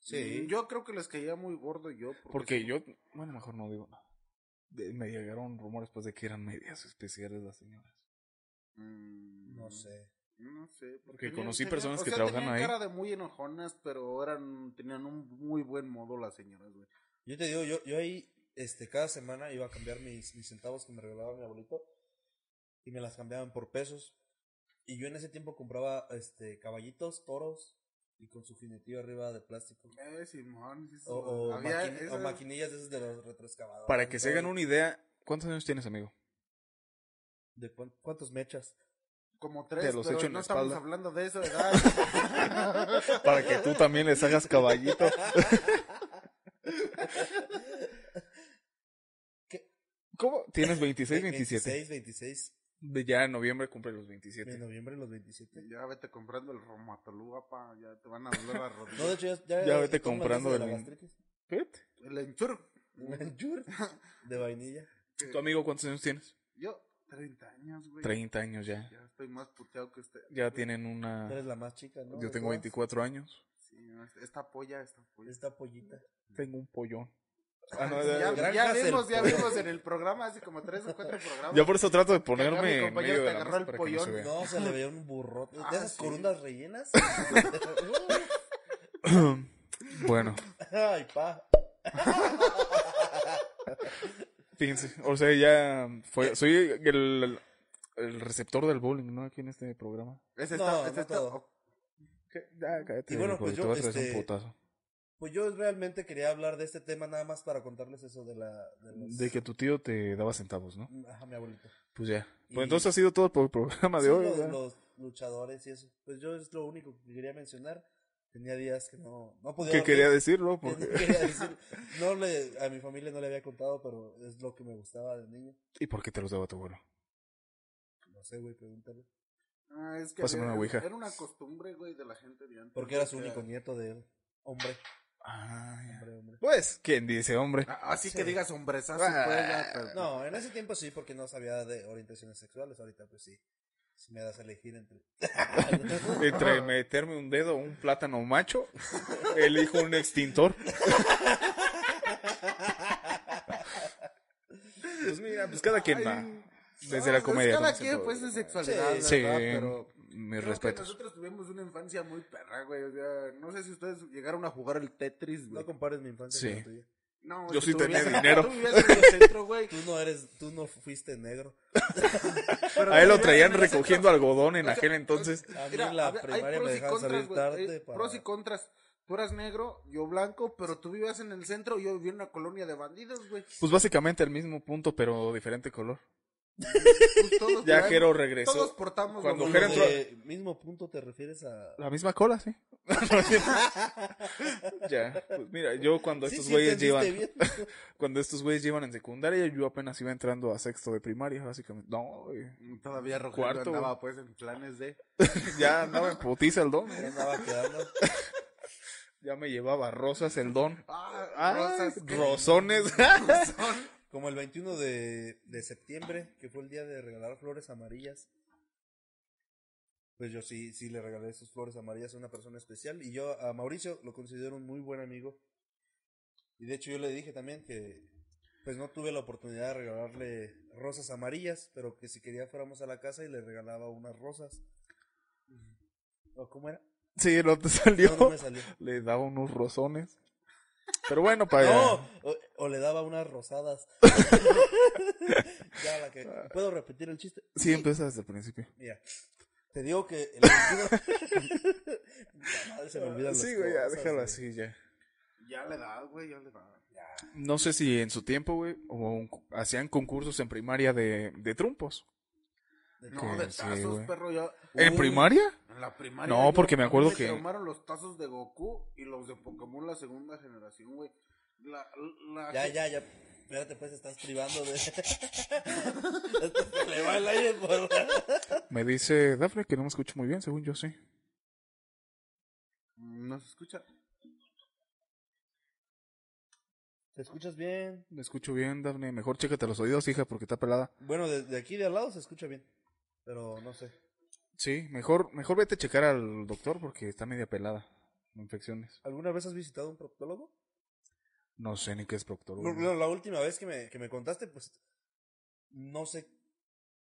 [SPEAKER 4] Sí.
[SPEAKER 3] Yo creo que les caía muy gordo yo.
[SPEAKER 2] porque yo, bueno, mejor no digo nada. De- me llegaron rumores pues de que eran medias especiales las señoras.
[SPEAKER 3] Mm,
[SPEAKER 4] No sé.
[SPEAKER 3] No sé.
[SPEAKER 2] Porque
[SPEAKER 3] tenían-
[SPEAKER 2] conocí
[SPEAKER 3] tenían-
[SPEAKER 2] personas
[SPEAKER 3] o
[SPEAKER 2] que
[SPEAKER 3] sea,
[SPEAKER 2] trabajan
[SPEAKER 3] tenían
[SPEAKER 2] ahí.
[SPEAKER 3] cara de muy enojonas, pero eran tenían un muy buen modo las señoras, güey.
[SPEAKER 4] Yo te digo, yo, yo ahí, este, cada semana iba a cambiar mis, mis centavos que me regalaba mi abuelito y me las cambiaban por pesos. Y yo en ese tiempo compraba, este, caballitos, toros y con su jinetillo arriba de plástico.
[SPEAKER 3] Eh, Simón. sí,
[SPEAKER 4] O,
[SPEAKER 3] Simón.
[SPEAKER 4] o
[SPEAKER 3] Había
[SPEAKER 4] maquin-
[SPEAKER 3] esas-
[SPEAKER 4] o maquinillas de esas de los retroexcavadores.
[SPEAKER 2] Para que se hagan
[SPEAKER 4] todo.
[SPEAKER 2] una idea, ¿cuántos años tienes, amigo?
[SPEAKER 4] ¿De cuán- cuántos mechas?
[SPEAKER 3] como tres,
[SPEAKER 2] te los
[SPEAKER 3] pero
[SPEAKER 2] echo en
[SPEAKER 3] no
[SPEAKER 2] la
[SPEAKER 3] estamos
[SPEAKER 2] espalda.
[SPEAKER 3] hablando de eso, ¿verdad?
[SPEAKER 2] Para que tú también les hagas caballito.
[SPEAKER 4] (laughs) ¿Qué?
[SPEAKER 2] ¿Cómo? ¿Tienes 26, 27?
[SPEAKER 4] 26, 26.
[SPEAKER 2] De Ya en noviembre cumple los 27.
[SPEAKER 4] En noviembre los 27.
[SPEAKER 3] ya vete comprando el romatolúa, pa, ya te van a doler las rodillas.
[SPEAKER 4] No, de hecho, ya,
[SPEAKER 2] Ya vete
[SPEAKER 4] ¿cómo
[SPEAKER 2] comprando
[SPEAKER 4] hablaste de
[SPEAKER 2] del-
[SPEAKER 4] la gastritis? (laughs)
[SPEAKER 2] Fíjate.
[SPEAKER 3] El enchur.
[SPEAKER 4] Menjur de vainilla.
[SPEAKER 2] ¿Tu amigo cuántos años tienes?
[SPEAKER 3] (laughs) Yo, 30 años, güey.
[SPEAKER 2] 30 años ya.
[SPEAKER 3] Ya estoy más puteado que este. usted.
[SPEAKER 2] Ya tienen
[SPEAKER 4] Tú
[SPEAKER 2] una...
[SPEAKER 4] eres la más chica, ¿no?
[SPEAKER 2] Ah. Yo
[SPEAKER 4] De
[SPEAKER 2] tengo
[SPEAKER 4] todas.
[SPEAKER 2] 24 años.
[SPEAKER 3] Sí, no, esta polla, esta polla.
[SPEAKER 4] Esta pollita.
[SPEAKER 2] Tengo un pollón. Ah, no,
[SPEAKER 3] ya,
[SPEAKER 2] ya,
[SPEAKER 4] gran-
[SPEAKER 3] ya
[SPEAKER 4] granjas
[SPEAKER 3] vimos,
[SPEAKER 4] del
[SPEAKER 3] ya
[SPEAKER 4] pollo.
[SPEAKER 3] vimos en el programa, hace como tres o cuatro programas.
[SPEAKER 2] ya por eso trato de
[SPEAKER 3] Acá mi
[SPEAKER 2] ponerme en
[SPEAKER 3] compañero
[SPEAKER 2] medio
[SPEAKER 3] te
[SPEAKER 2] de la
[SPEAKER 3] agarró
[SPEAKER 2] mesa
[SPEAKER 3] el
[SPEAKER 2] para que no se
[SPEAKER 3] pollón.
[SPEAKER 2] vea.
[SPEAKER 4] No, se le veía un burrote.
[SPEAKER 3] Ah,
[SPEAKER 4] ¿De esas
[SPEAKER 3] sí.
[SPEAKER 4] corundas
[SPEAKER 2] (laughs)
[SPEAKER 4] rellenas?
[SPEAKER 2] (laughs) bueno,
[SPEAKER 4] Ay, pa.
[SPEAKER 2] fíjense. O sea, ya fue... Soy el, el receptor del bowling, ¿no? Aquí en este programa.
[SPEAKER 3] Ese
[SPEAKER 4] No,
[SPEAKER 3] está,
[SPEAKER 4] no
[SPEAKER 3] ese está-
[SPEAKER 4] todo.
[SPEAKER 2] Ya, Ah, cállate.
[SPEAKER 4] Y bueno,
[SPEAKER 2] hijo,
[SPEAKER 4] pues
[SPEAKER 2] te
[SPEAKER 4] yo,
[SPEAKER 2] vas a traer
[SPEAKER 4] este,
[SPEAKER 2] un putazo.
[SPEAKER 4] Pues yo realmente quería hablar de este tema nada más para contarles eso de la... De, los-
[SPEAKER 2] De que tu tío te daba centavos, ¿no?
[SPEAKER 4] Ajá, mi abuelito.
[SPEAKER 2] Pues ya. Pues
[SPEAKER 4] Y-
[SPEAKER 2] entonces ha sido todo por el programa Ah, de
[SPEAKER 4] Sí,
[SPEAKER 2] hoy.
[SPEAKER 4] lo-
[SPEAKER 2] ¿verdad?
[SPEAKER 4] los luchadores y eso. Pues yo es lo único que quería mencionar. Tenía días que no, no podía
[SPEAKER 2] ¿Qué
[SPEAKER 4] dormir.
[SPEAKER 2] quería decirlo?
[SPEAKER 4] (laughs) Que no
[SPEAKER 2] Porque...
[SPEAKER 4] quería decir. No le, a mi familia no le había contado, pero es lo que me gustaba de niño.
[SPEAKER 2] ¿Y por qué te los daba tu abuelo?
[SPEAKER 4] No sé, güey, pregúntale.
[SPEAKER 3] Ah, es que
[SPEAKER 2] Pásame
[SPEAKER 3] era,
[SPEAKER 2] una ouija.
[SPEAKER 3] era una costumbre, güey, de la gente de antes.
[SPEAKER 4] Porque era su
[SPEAKER 3] O sea,
[SPEAKER 4] único nieto de hombre, hombre, hombre.
[SPEAKER 2] Pues, ¿quién dice, hombre?
[SPEAKER 3] ah, Así que
[SPEAKER 4] Sí.
[SPEAKER 3] digas hombrezazo,
[SPEAKER 2] Ah,
[SPEAKER 3] pues, ya, pero-
[SPEAKER 4] No, en ese tiempo sí, porque no sabía de orientaciones sexuales. Ahorita pues sí. Si me das a
[SPEAKER 2] (laughs)
[SPEAKER 4] elegir entre.
[SPEAKER 3] (laughs)
[SPEAKER 2] Entre meterme un dedo o un plátano macho, (laughs) elijo un
[SPEAKER 3] (laughs)
[SPEAKER 2] extintor. pues mira, pues cada quien va. Desde
[SPEAKER 3] No,
[SPEAKER 2] la
[SPEAKER 3] pues,
[SPEAKER 2] comedia.
[SPEAKER 3] Cada
[SPEAKER 2] como
[SPEAKER 3] quien,
[SPEAKER 2] siempre,
[SPEAKER 3] pues, de
[SPEAKER 2] ¿verdad?
[SPEAKER 3] sexualidad,
[SPEAKER 4] Sí,
[SPEAKER 2] Sí,
[SPEAKER 3] ¿verdad? Pero...
[SPEAKER 2] mis
[SPEAKER 3] creo que
[SPEAKER 2] respetos.
[SPEAKER 3] Nosotros tuvimos una infancia muy perra, güey. O sea, no sé si ustedes llegaron a jugar el Tetris, güey.
[SPEAKER 4] No compares mi infancia
[SPEAKER 2] Sí.
[SPEAKER 4] con la tuya.
[SPEAKER 3] No,
[SPEAKER 2] Yo
[SPEAKER 3] es
[SPEAKER 2] sí
[SPEAKER 3] que tú
[SPEAKER 2] tenía
[SPEAKER 3] vivías-
[SPEAKER 2] dinero.
[SPEAKER 3] Tú vivías en el centro,
[SPEAKER 2] (laughs)
[SPEAKER 3] güey.
[SPEAKER 4] Tú no eres, tú no fuiste negro.
[SPEAKER 3] pero
[SPEAKER 2] A él lo
[SPEAKER 3] tú vivías
[SPEAKER 2] traían
[SPEAKER 3] en el centro.
[SPEAKER 2] recogiendo algodón en
[SPEAKER 3] O sea,
[SPEAKER 2] aquel
[SPEAKER 3] (laughs)
[SPEAKER 2] entonces.
[SPEAKER 4] A mí
[SPEAKER 3] Mira,
[SPEAKER 4] en la
[SPEAKER 3] a ver, hay
[SPEAKER 4] primaria
[SPEAKER 3] pros
[SPEAKER 4] me
[SPEAKER 3] y
[SPEAKER 4] dejaban
[SPEAKER 3] contras,
[SPEAKER 4] salir
[SPEAKER 3] güey.
[SPEAKER 4] tarde
[SPEAKER 3] Hay
[SPEAKER 4] para.
[SPEAKER 3] Pros y contras. Tú eras negro, yo blanco, pero tú vivías en el centro y yo vivía en una colonia de bandidos, güey.
[SPEAKER 2] Pues básicamente el mismo punto, pero diferente color.
[SPEAKER 3] Pues todos
[SPEAKER 2] (laughs) Ya
[SPEAKER 3] traemos-
[SPEAKER 2] Jero
[SPEAKER 3] Todos
[SPEAKER 2] regresó.
[SPEAKER 3] portamos
[SPEAKER 2] Cuando
[SPEAKER 4] Con
[SPEAKER 3] lo
[SPEAKER 2] mujer
[SPEAKER 4] lo
[SPEAKER 3] mismo.
[SPEAKER 2] entró-
[SPEAKER 4] de mismo punto te refieres a.
[SPEAKER 2] La misma cola,
[SPEAKER 3] (laughs)
[SPEAKER 2] sí. (laughs) ya, pues mira, yo cuando
[SPEAKER 4] Sí,
[SPEAKER 2] estos
[SPEAKER 4] sí,
[SPEAKER 2] güeyes llevan.
[SPEAKER 4] entendiste bien.
[SPEAKER 2] Cuando estos güeyes llevan en secundaria, yo apenas iba entrando a sexto de primaria, básicamente. No, güey.
[SPEAKER 3] Todavía Rogelio
[SPEAKER 2] Cuarto,
[SPEAKER 3] andaba pues en planes de...
[SPEAKER 2] ya andaba en putiza el don.
[SPEAKER 4] Ya andaba quedando.
[SPEAKER 2] Ya me llevaba rosas el don.
[SPEAKER 3] Ah,
[SPEAKER 2] Ah,
[SPEAKER 3] rosas, ¿qué?
[SPEAKER 2] rosones.
[SPEAKER 4] Como el 21 de, de septiembre, que fue el día de regalar flores amarillas. Pues yo sí, sí le regalé sus flores amarillas a una persona especial. Y yo a Mauricio lo considero un muy buen amigo. Y de hecho yo le dije también que, pues no tuve la oportunidad de regalarle rosas amarillas, pero que si quería fuéramos a la casa y le regalaba unas rosas. ¿O cómo era?
[SPEAKER 2] Sí, no te
[SPEAKER 4] No,
[SPEAKER 2] salió.
[SPEAKER 4] no me salió.
[SPEAKER 2] Le daba unos rozones. Pero bueno, para
[SPEAKER 4] No, o, o le daba unas
[SPEAKER 2] (laughs)
[SPEAKER 4] rosadas. ya la que... ¿Puedo repetir el chiste?
[SPEAKER 2] Sí, empieza desde el principio.
[SPEAKER 4] Mira, te digo que... el vestido- (laughs) Puta madre, se me olvidan
[SPEAKER 2] sí,
[SPEAKER 4] las
[SPEAKER 2] güey, ya,
[SPEAKER 4] cosas,
[SPEAKER 2] déjalo
[SPEAKER 4] güey.
[SPEAKER 2] así ya.
[SPEAKER 3] Ya le da, güey, ya le da.
[SPEAKER 2] No sé si en su tiempo, güey, hubo un cu- hacían concursos en primaria de, de trumpos.
[SPEAKER 3] No,
[SPEAKER 2] Que
[SPEAKER 3] de
[SPEAKER 2] sí,
[SPEAKER 3] tazos,
[SPEAKER 2] güey.
[SPEAKER 3] perro, yo...
[SPEAKER 2] ¿En
[SPEAKER 4] Uh.
[SPEAKER 3] Uy,
[SPEAKER 2] primaria?
[SPEAKER 3] En la primaria.
[SPEAKER 2] No,
[SPEAKER 3] yo-
[SPEAKER 2] porque me acuerdo que-
[SPEAKER 3] traumaron los tazos de Goku y los de Pokémon la segunda generación, güey. La, la-
[SPEAKER 4] Ya, ya, ya. Espérate, pues estás privando de. (laughs) Le va el aire por.
[SPEAKER 2] Me dice Dafne que no me escucho muy bien, según yo sí.
[SPEAKER 3] ¿No se escucha?
[SPEAKER 4] ¿Te escuchas bien?
[SPEAKER 2] Me escucho bien, Dafne. Mejor chécate los oídos, hija, porque está pelada.
[SPEAKER 4] Bueno, de, de aquí de al lado se escucha bien. Pero no sé.
[SPEAKER 2] Sí, mejor, mejor vete a checar al doctor porque está media pelada. Infecciones.
[SPEAKER 4] ¿Alguna vez has visitado un proctólogo?
[SPEAKER 2] No sé ni qué es proctor.
[SPEAKER 4] No,
[SPEAKER 2] güey.
[SPEAKER 4] no, la última vez que me, que me contaste, pues. No sé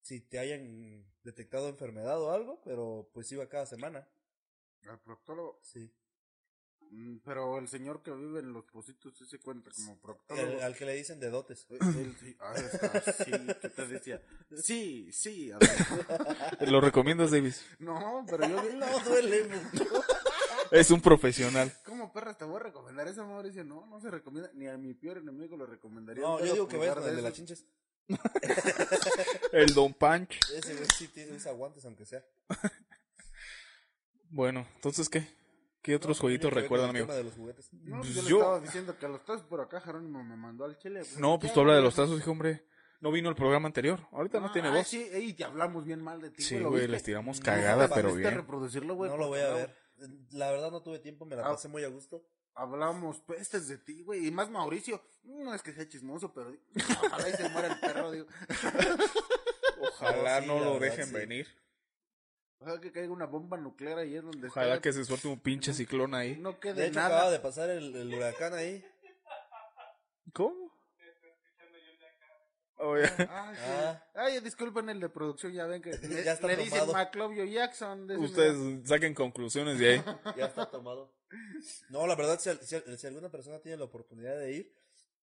[SPEAKER 4] si te hayan detectado enfermedad o algo, pero pues iba cada semana.
[SPEAKER 3] Al proctólogo.
[SPEAKER 4] Sí.
[SPEAKER 3] Mm, Pero el señor que vive en los pocitos sí se cuenta como proctólogo.
[SPEAKER 4] El- al que le dicen de dotes.
[SPEAKER 3] Eh, él sí. Ah, está, sí, ¿qué te decía? Sí, sí. a ver.
[SPEAKER 2] Lo recomiendas, Davis.
[SPEAKER 3] (laughs) No, pero yo vi
[SPEAKER 4] (laughs) (laughs) No duele mucho.
[SPEAKER 2] Es un profesional.
[SPEAKER 3] ¿Cómo perra te voy a recomendar esa Mauricio? No, no se recomienda. Ni a mi peor enemigo le recomendaría. un
[SPEAKER 4] No, yo
[SPEAKER 3] dedo
[SPEAKER 4] digo que vayas
[SPEAKER 3] pulgar
[SPEAKER 4] con el de las
[SPEAKER 3] esos.
[SPEAKER 4] chinches.
[SPEAKER 2] El Don Punch.
[SPEAKER 4] Ese güey sí tiene, usa guantes aunque sea.
[SPEAKER 2] Bueno, entonces, ¿qué? ¿Qué otros jueguitos
[SPEAKER 4] Tiene que ver con
[SPEAKER 2] recuerdan,
[SPEAKER 4] el
[SPEAKER 2] amigo?
[SPEAKER 4] tema de los juguetes.
[SPEAKER 3] No, pues yo, le
[SPEAKER 2] Yo-
[SPEAKER 3] estaba diciendo que a los tazos por acá Jerónimo me mandó al chile.
[SPEAKER 2] No, pues
[SPEAKER 3] Ya,
[SPEAKER 2] tú habla de
[SPEAKER 3] güey.
[SPEAKER 2] los tazos, hijo, hombre. No vino el programa anterior. Ahorita no,
[SPEAKER 3] Ah,
[SPEAKER 2] tiene
[SPEAKER 3] ah,
[SPEAKER 2] voz. Sí,
[SPEAKER 3] Sí, ey, te hablamos bien mal de ti.
[SPEAKER 2] güey, les tiramos cagada,
[SPEAKER 4] no,
[SPEAKER 2] pero
[SPEAKER 4] este
[SPEAKER 2] bien.
[SPEAKER 3] reproducirlo, güey.
[SPEAKER 4] no lo voy a
[SPEAKER 3] porque
[SPEAKER 4] ver. La verdad no tuve tiempo, me la
[SPEAKER 3] Ah.
[SPEAKER 4] pasé muy a gusto.
[SPEAKER 3] Hablamos pestes de ti, güey. Y más Mauricio. No es que sea chismoso, pero ojalá y se muera el perro, digo.
[SPEAKER 2] Ojalá
[SPEAKER 4] Sí,
[SPEAKER 2] no
[SPEAKER 4] la
[SPEAKER 2] lo
[SPEAKER 4] verdad,
[SPEAKER 2] dejen
[SPEAKER 4] sí.
[SPEAKER 2] venir.
[SPEAKER 3] Ojalá que caiga una bomba nuclear ahí es donde
[SPEAKER 2] Ojalá
[SPEAKER 3] esté.
[SPEAKER 2] que se suelte un pinche ciclón ahí.
[SPEAKER 3] no
[SPEAKER 4] De,
[SPEAKER 3] quede
[SPEAKER 4] hecho,
[SPEAKER 3] nada.
[SPEAKER 4] acaba de pasar el, el huracán ahí.
[SPEAKER 2] ¿Cómo? Oye,
[SPEAKER 3] Ay, sí.
[SPEAKER 4] Ah.
[SPEAKER 3] Ay, disculpen el de producción, ya ven que le,
[SPEAKER 4] (laughs) Ya está
[SPEAKER 3] le dicen
[SPEAKER 4] tomado.
[SPEAKER 3] Maclovio Jackson. de-
[SPEAKER 2] ustedes saquen conclusiones de ahí.
[SPEAKER 4] Ya está tomado. No, la verdad, si, al- si al- si alguna persona tiene la oportunidad de ir,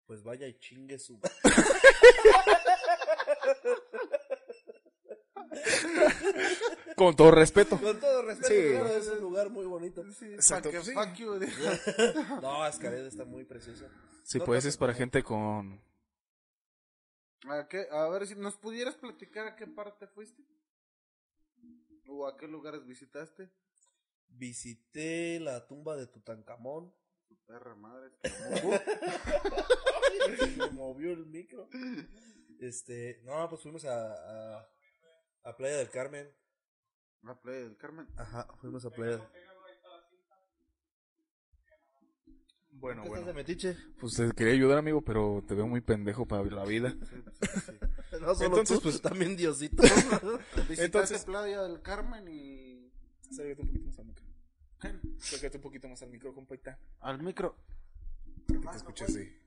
[SPEAKER 4] pues vaya y chingue su.
[SPEAKER 2] Con todo respeto.
[SPEAKER 4] Con todo respeto,
[SPEAKER 2] Sí.
[SPEAKER 4] claro, es un lugar muy bonito.
[SPEAKER 3] Sí,
[SPEAKER 2] Exacto,
[SPEAKER 3] pa' que
[SPEAKER 2] sí.
[SPEAKER 3] fuck you, digo.
[SPEAKER 2] (laughs)
[SPEAKER 4] No, Ascared está muy preciosa.
[SPEAKER 2] Si
[SPEAKER 4] No
[SPEAKER 2] puedes,
[SPEAKER 4] tanto
[SPEAKER 2] es para gente con.
[SPEAKER 3] (laughs) ¿A, qué- a ver si nos pudieras platicar a qué parte fuiste. O a qué lugares visitaste.
[SPEAKER 4] Visité la tumba de (laughs) Tutankamón.
[SPEAKER 3] Tu perra madre.
[SPEAKER 2] (laughs)
[SPEAKER 4] Me movió el micro. Este, no, pues fuimos a, a, a Playa del Carmen.
[SPEAKER 3] La playa del Carmen.
[SPEAKER 4] Ajá, fuimos a Playa.
[SPEAKER 2] Bueno,
[SPEAKER 4] ¿Qué estás de metiche?
[SPEAKER 2] Pues te quería ayudar, amigo, pero te veo muy pendejo para la (laughs) vida.
[SPEAKER 3] Sí, sí, sí.
[SPEAKER 4] No solo
[SPEAKER 2] Entonces,
[SPEAKER 4] Entonces,
[SPEAKER 2] pues-
[SPEAKER 4] pues también Diosito. (laughs)
[SPEAKER 3] Visitaste
[SPEAKER 2] Entonces-
[SPEAKER 3] Playa del Carmen y.
[SPEAKER 2] (laughs) Acércate un poquito más al (laughs) micro. Acércate un poquito más al micro, compacta.
[SPEAKER 3] Al micro.
[SPEAKER 2] Para que te escuches de-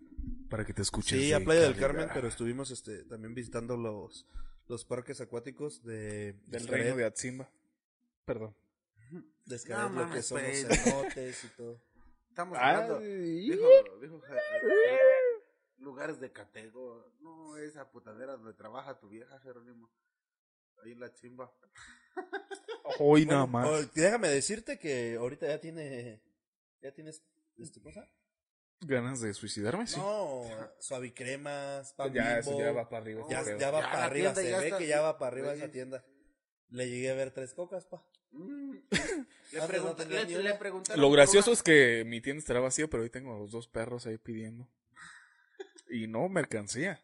[SPEAKER 2] Para que te escuches
[SPEAKER 4] sí,
[SPEAKER 2] de
[SPEAKER 4] a Playa del
[SPEAKER 2] calidad.
[SPEAKER 4] Carmen, pero estuvimos este, también visitando los, los parques acuáticos de
[SPEAKER 2] Del
[SPEAKER 4] Xcaret,
[SPEAKER 2] reino de Atzimba. Perdón.
[SPEAKER 4] de Xcaret,
[SPEAKER 3] No
[SPEAKER 4] lo que
[SPEAKER 3] mames,
[SPEAKER 4] son los
[SPEAKER 2] (laughs)
[SPEAKER 3] pues.
[SPEAKER 4] cenotes y todo.
[SPEAKER 3] Estamos
[SPEAKER 2] Ah,
[SPEAKER 3] hablando.
[SPEAKER 2] Ay,
[SPEAKER 3] Dijo, dijo Ja- lugares de catego. No, esa putadera donde trabaja tu vieja, Jerónimo. Ahí la chimba.
[SPEAKER 2] Hoy nada más.
[SPEAKER 4] Bueno, o- déjame decirte que ahorita ya tiene ya tienes este cosa?
[SPEAKER 2] ¿Ganas de suicidarme? Sí. Pues
[SPEAKER 4] No, suavicremas, pan
[SPEAKER 2] ya, eso
[SPEAKER 4] Bimbo,
[SPEAKER 2] ya va para arriba. ese
[SPEAKER 4] ya,
[SPEAKER 2] pedo.
[SPEAKER 4] ya va
[SPEAKER 3] Ya,
[SPEAKER 4] para
[SPEAKER 3] la
[SPEAKER 4] arriba,
[SPEAKER 3] tienda
[SPEAKER 4] se
[SPEAKER 3] ya
[SPEAKER 4] ve
[SPEAKER 3] está-
[SPEAKER 4] que ya va para arriba
[SPEAKER 3] Sí.
[SPEAKER 4] esa tienda. Le llegué a ver tres cocas, pa.
[SPEAKER 3] (laughs) Mm.
[SPEAKER 4] Antes no
[SPEAKER 3] Le, pregunta-
[SPEAKER 4] tenía
[SPEAKER 3] le-
[SPEAKER 4] ni una.
[SPEAKER 3] le preguntaron.
[SPEAKER 2] Lo gracioso es que mi tienda estará vacía, pero hoy tengo a los dos perros ahí pidiendo. Y no mercancía.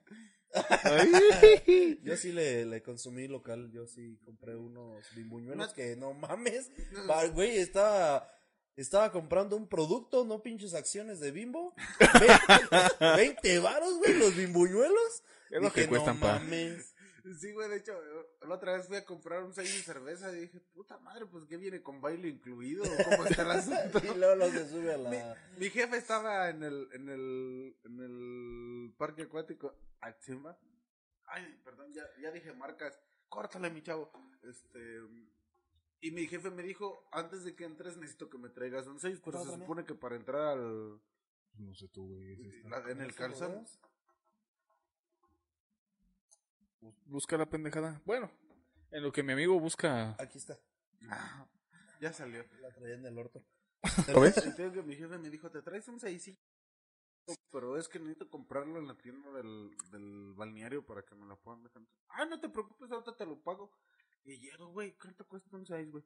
[SPEAKER 2] Ay.
[SPEAKER 4] Yo sí le, le consumí local, yo sí compré unos bimbuñuelos
[SPEAKER 3] No-
[SPEAKER 4] que no mames.
[SPEAKER 3] (laughs) No.
[SPEAKER 4] Pa- Güey, estaba, estaba comprando un producto, no pinches acciones de bimbo. (laughs) Ve- 20 varos, güey, los bimbuñuelos.
[SPEAKER 2] Es lo que
[SPEAKER 4] Dije,
[SPEAKER 2] cuestan
[SPEAKER 4] no
[SPEAKER 2] pa".
[SPEAKER 4] mames. (laughs)
[SPEAKER 3] Sí, güey, de hecho, la otra vez fui a comprar un sello de cerveza y dije, puta madre, pues qué viene con baile incluido, ¿cómo está (laughs) el asunto?
[SPEAKER 4] Y luego lo se sube a la.
[SPEAKER 3] Mi, mi jefe estaba en el, en el, en el parque acuático, Achimba. Ay, perdón, ya, ya dije marcas, córtale mi chavo. Este, y mi jefe me dijo, antes de que entres necesito que me traigas un 6, pero
[SPEAKER 4] ¿Todo
[SPEAKER 3] se
[SPEAKER 4] también?
[SPEAKER 3] supone que para entrar al,
[SPEAKER 2] No sé tú, güey. ese está-
[SPEAKER 3] la- en el calzón.
[SPEAKER 2] Busca la pendejada. Bueno, en lo que mi amigo busca.
[SPEAKER 4] Aquí está.
[SPEAKER 3] Ah, ya salió.
[SPEAKER 4] La traía en el
[SPEAKER 2] (laughs)
[SPEAKER 4] orto.
[SPEAKER 3] Entonces que mi jefe me dijo, te traes un 6 pero es que necesito comprarlo en la tienda del, del balneario para que me lo puedan dejar. Ah, no te preocupes, ahorita te lo pago. Y llego, güey, ¿cuánto cuesta un 6, güey?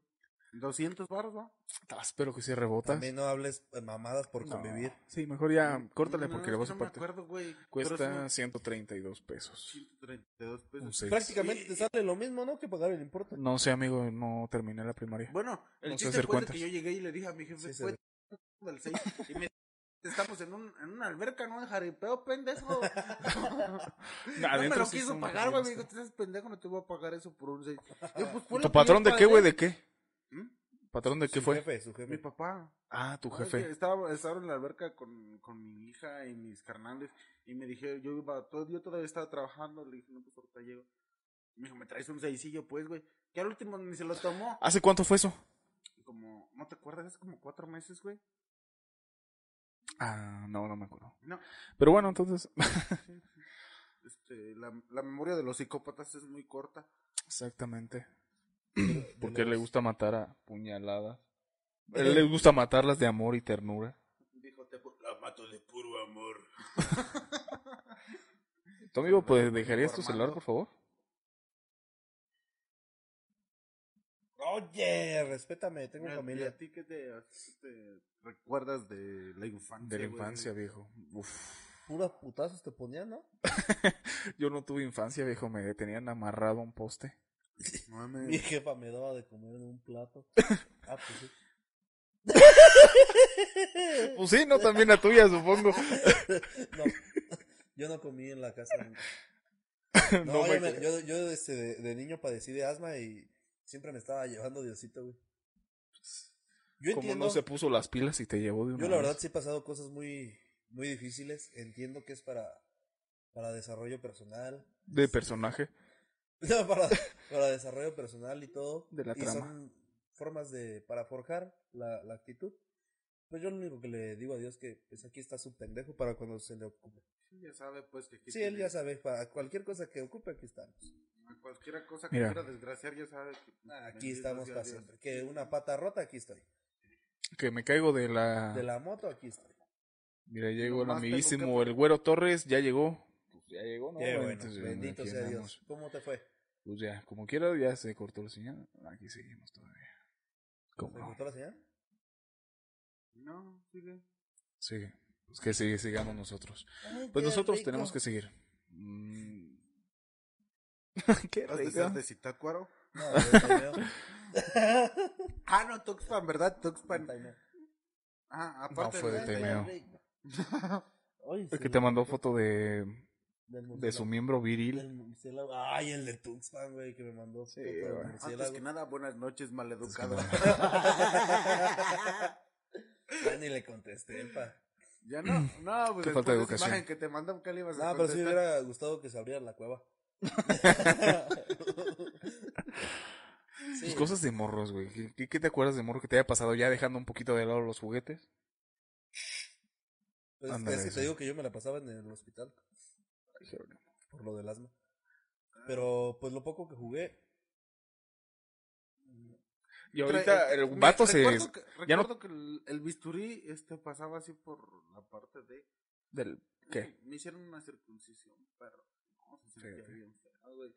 [SPEAKER 3] 200 baros, ¿va?
[SPEAKER 2] Ah, espero que sí rebotas.
[SPEAKER 4] También no hables eh, mamadas por
[SPEAKER 2] No.
[SPEAKER 4] convivir.
[SPEAKER 2] Sí, mejor ya córtale porque le
[SPEAKER 3] Mm, No,
[SPEAKER 2] vas
[SPEAKER 3] es que
[SPEAKER 2] a
[SPEAKER 3] no me
[SPEAKER 2] partir.
[SPEAKER 3] acuerdo, güey.
[SPEAKER 2] Cuesta
[SPEAKER 3] Cuesta
[SPEAKER 2] 132 pesos.
[SPEAKER 3] 132
[SPEAKER 2] Un
[SPEAKER 3] pesos.
[SPEAKER 2] seis.
[SPEAKER 4] Prácticamente te sale lo mismo, ¿no? Que pagar el importe.
[SPEAKER 2] No sé, amigo, no terminé la primaria.
[SPEAKER 3] Bueno, el
[SPEAKER 2] No sé
[SPEAKER 3] chiste
[SPEAKER 2] hacer
[SPEAKER 3] fue de
[SPEAKER 2] cuentas.
[SPEAKER 3] que yo llegué y le dije a mi jefe,
[SPEAKER 4] Sí, se
[SPEAKER 3] fue del 6 y me estamos en, un, en una alberca, ¿no? De
[SPEAKER 2] (laughs)
[SPEAKER 3] jaripeo, pendejo.
[SPEAKER 2] Nah,
[SPEAKER 3] no me
[SPEAKER 2] adentro
[SPEAKER 3] lo
[SPEAKER 2] sí
[SPEAKER 3] quiso
[SPEAKER 2] son
[SPEAKER 3] pagar, güey.
[SPEAKER 2] bastante.
[SPEAKER 3] Me dijo, tú estás pendejo, no te voy a pagar eso por un 6. Yo, pues, fue lo
[SPEAKER 2] ¿Tu
[SPEAKER 3] que
[SPEAKER 2] patrón
[SPEAKER 3] yo
[SPEAKER 2] de qué, güey?
[SPEAKER 3] pagué.
[SPEAKER 2] ¿De qué?
[SPEAKER 3] ¿Mm?
[SPEAKER 2] ¿Patrón de qué
[SPEAKER 4] Su
[SPEAKER 2] fue?
[SPEAKER 4] jefe, su
[SPEAKER 3] Mi
[SPEAKER 4] jefe.
[SPEAKER 3] papá.
[SPEAKER 2] Ah, tu
[SPEAKER 3] No, es que
[SPEAKER 2] jefe.
[SPEAKER 3] Estaba, estaba en la alberca con, con mi hija y mis carnales y me dije, yo iba, todo, yo todavía estaba trabajando, le dije, no, pues ahorita llego. Me dijo, me traes un seisillo, pues, güey. Que al último ni se lo tomó.
[SPEAKER 2] ¿Hace cuánto fue eso?
[SPEAKER 3] Como, ¿no te acuerdas? Hace como cuatro meses, güey.
[SPEAKER 2] Ah, no, no me acuerdo.
[SPEAKER 3] No.
[SPEAKER 2] Pero bueno, entonces. (laughs)
[SPEAKER 3] Este, la, la memoria de los psicópatas es muy corta.
[SPEAKER 2] Exactamente.
[SPEAKER 4] De
[SPEAKER 2] Porque
[SPEAKER 4] los-
[SPEAKER 2] le gusta matar a puñaladas. A Él le gusta matarlas de amor y ternura.
[SPEAKER 3] Dijo, te pu- la mato de puro amor.
[SPEAKER 2] Tu amigo, pues,
[SPEAKER 3] Armando.
[SPEAKER 2] ¿dejarías tu celular, por favor?
[SPEAKER 4] Oye, respétame, tengo
[SPEAKER 3] Mira, ¿Y
[SPEAKER 4] familia.
[SPEAKER 3] a ti qué te, qué te recuerdas de la infancia?
[SPEAKER 2] De la
[SPEAKER 3] güey?
[SPEAKER 2] infancia, viejo. Uf.
[SPEAKER 4] Puros putazos te ponían, ¿no?
[SPEAKER 2] Yo no tuve infancia, viejo. Me tenían amarrado a un poste.
[SPEAKER 3] No
[SPEAKER 4] Mi
[SPEAKER 3] mames.
[SPEAKER 4] jefa me daba de comer en un
[SPEAKER 2] (laughs)
[SPEAKER 4] plato. Ah, pues sí.
[SPEAKER 2] Pues sí, no, también la tuya, supongo.
[SPEAKER 4] No, yo no comí en la casa nunca.
[SPEAKER 2] (laughs)
[SPEAKER 4] (laughs) No,
[SPEAKER 2] No,
[SPEAKER 4] yo,
[SPEAKER 2] me-
[SPEAKER 4] me- yo- yo, este, de, de niño padecí de asma y siempre me estaba llevando Diosito, güey. Yo
[SPEAKER 2] Como
[SPEAKER 4] entiendo,
[SPEAKER 2] no se puso las pilas y te llevó de una
[SPEAKER 4] yo la
[SPEAKER 2] vez.
[SPEAKER 4] verdad sí he pasado cosas muy, muy difíciles. Entiendo que es para, para desarrollo personal.
[SPEAKER 2] De personaje.
[SPEAKER 4] (laughs) No, para, para desarrollo personal y todo.
[SPEAKER 2] De la
[SPEAKER 4] y
[SPEAKER 2] trama.
[SPEAKER 4] son formas de, para forjar la, la actitud. Pues yo lo único que le digo a Dios que pues aquí está su pendejo para cuando se le ocupe.
[SPEAKER 3] Ya sabe, pues, que aquí
[SPEAKER 4] Sí, él
[SPEAKER 3] tiene-
[SPEAKER 4] ya sabe, para cualquier cosa que ocupe aquí estamos.
[SPEAKER 3] Cualquier cosa que
[SPEAKER 2] Mira.
[SPEAKER 3] quiera desgraciar, ya sabe que.
[SPEAKER 4] Ah, Aquí
[SPEAKER 3] Bendito
[SPEAKER 4] estamos
[SPEAKER 3] sea
[SPEAKER 4] para
[SPEAKER 3] Dios.
[SPEAKER 4] siempre. Que una pata rota, aquí estoy.
[SPEAKER 2] Que me caigo de la...
[SPEAKER 4] De la moto, aquí estoy.
[SPEAKER 2] Mira, llegó el
[SPEAKER 3] Nomás tengo
[SPEAKER 2] amiguísimo, el güero Torres, ya llegó. Pues ya llegó, ¿no?
[SPEAKER 4] Qué bueno,
[SPEAKER 2] Entonces,
[SPEAKER 4] bendito
[SPEAKER 2] aquí
[SPEAKER 4] sea
[SPEAKER 2] andamos.
[SPEAKER 4] Dios. ¿Cómo te fue?
[SPEAKER 2] Pues ya, como quiera, ya se cortó el señal. Aquí seguimos todavía. ¿Cómo
[SPEAKER 4] ¿Te
[SPEAKER 2] no?
[SPEAKER 4] gustó la señal?
[SPEAKER 3] No, sigue.
[SPEAKER 2] Sigue. Pues que sigue, sigamos nosotros.
[SPEAKER 4] Ay,
[SPEAKER 2] Pues
[SPEAKER 4] qué
[SPEAKER 2] nosotros
[SPEAKER 4] rico.
[SPEAKER 2] tenemos que seguir. Mm. (laughs) Qué
[SPEAKER 3] ¿Has de
[SPEAKER 2] rico.
[SPEAKER 3] ser de Zitácuaro?
[SPEAKER 2] (laughs)
[SPEAKER 4] No, de Taimeo.
[SPEAKER 3] Ah, no, Tuxpan, ¿verdad?
[SPEAKER 4] De
[SPEAKER 3] Tuxpan.
[SPEAKER 4] Taimeo.
[SPEAKER 3] Ah, aparte
[SPEAKER 2] No, fue de
[SPEAKER 3] ¿verdad?
[SPEAKER 4] Ay,
[SPEAKER 2] Taimeo.
[SPEAKER 4] qué rico. Ay,
[SPEAKER 2] El
[SPEAKER 4] sí,
[SPEAKER 2] que te mandó foto de,
[SPEAKER 4] del
[SPEAKER 2] de su
[SPEAKER 4] murciélago.
[SPEAKER 2] miembro viril.
[SPEAKER 4] Del murciélago. Ay, el de Tuxpan, güey, que me mandó.
[SPEAKER 2] Sí,
[SPEAKER 4] foto del
[SPEAKER 2] güey.
[SPEAKER 3] Antes
[SPEAKER 4] murciélago.
[SPEAKER 3] que nada, buenas noches, maleducado.
[SPEAKER 4] (laughs) Ya ni le contesté, pa.
[SPEAKER 3] ya no, no, pues
[SPEAKER 2] Qué
[SPEAKER 3] después
[SPEAKER 2] falta de
[SPEAKER 3] de esa
[SPEAKER 2] educación.
[SPEAKER 3] imagen que te mandan, ¿qué le ibas a
[SPEAKER 4] No, pero sí me
[SPEAKER 3] contestar?
[SPEAKER 4] hubiera gustado que se abriera
[SPEAKER 2] (laughs)
[SPEAKER 4] la cueva.
[SPEAKER 2] Pues cosas de morros, güey. ¿Qué- ¿Qué, qué te acuerdas de morro que te haya pasado ya dejando un poquito de lado los juguetes?
[SPEAKER 4] Pues,
[SPEAKER 2] Ándale,
[SPEAKER 4] es que
[SPEAKER 2] sí.
[SPEAKER 4] te digo que yo me la pasaba en el hospital
[SPEAKER 2] Ay, Ah. cabrón.
[SPEAKER 4] por lo del asma. Pero pues lo poco que jugué.
[SPEAKER 2] Y
[SPEAKER 3] Tra-
[SPEAKER 2] ahorita
[SPEAKER 3] eh,
[SPEAKER 2] el
[SPEAKER 3] me-
[SPEAKER 2] vato se...
[SPEAKER 3] recuerdo que-
[SPEAKER 2] ya no-
[SPEAKER 3] recuerdo que el, el bisturí este, pasaba así por la parte de.
[SPEAKER 2] del- ¿Qué?
[SPEAKER 3] Me hicieron una circuncisión, pero no se sentía
[SPEAKER 2] Fíjate.
[SPEAKER 3] bien feo, güey.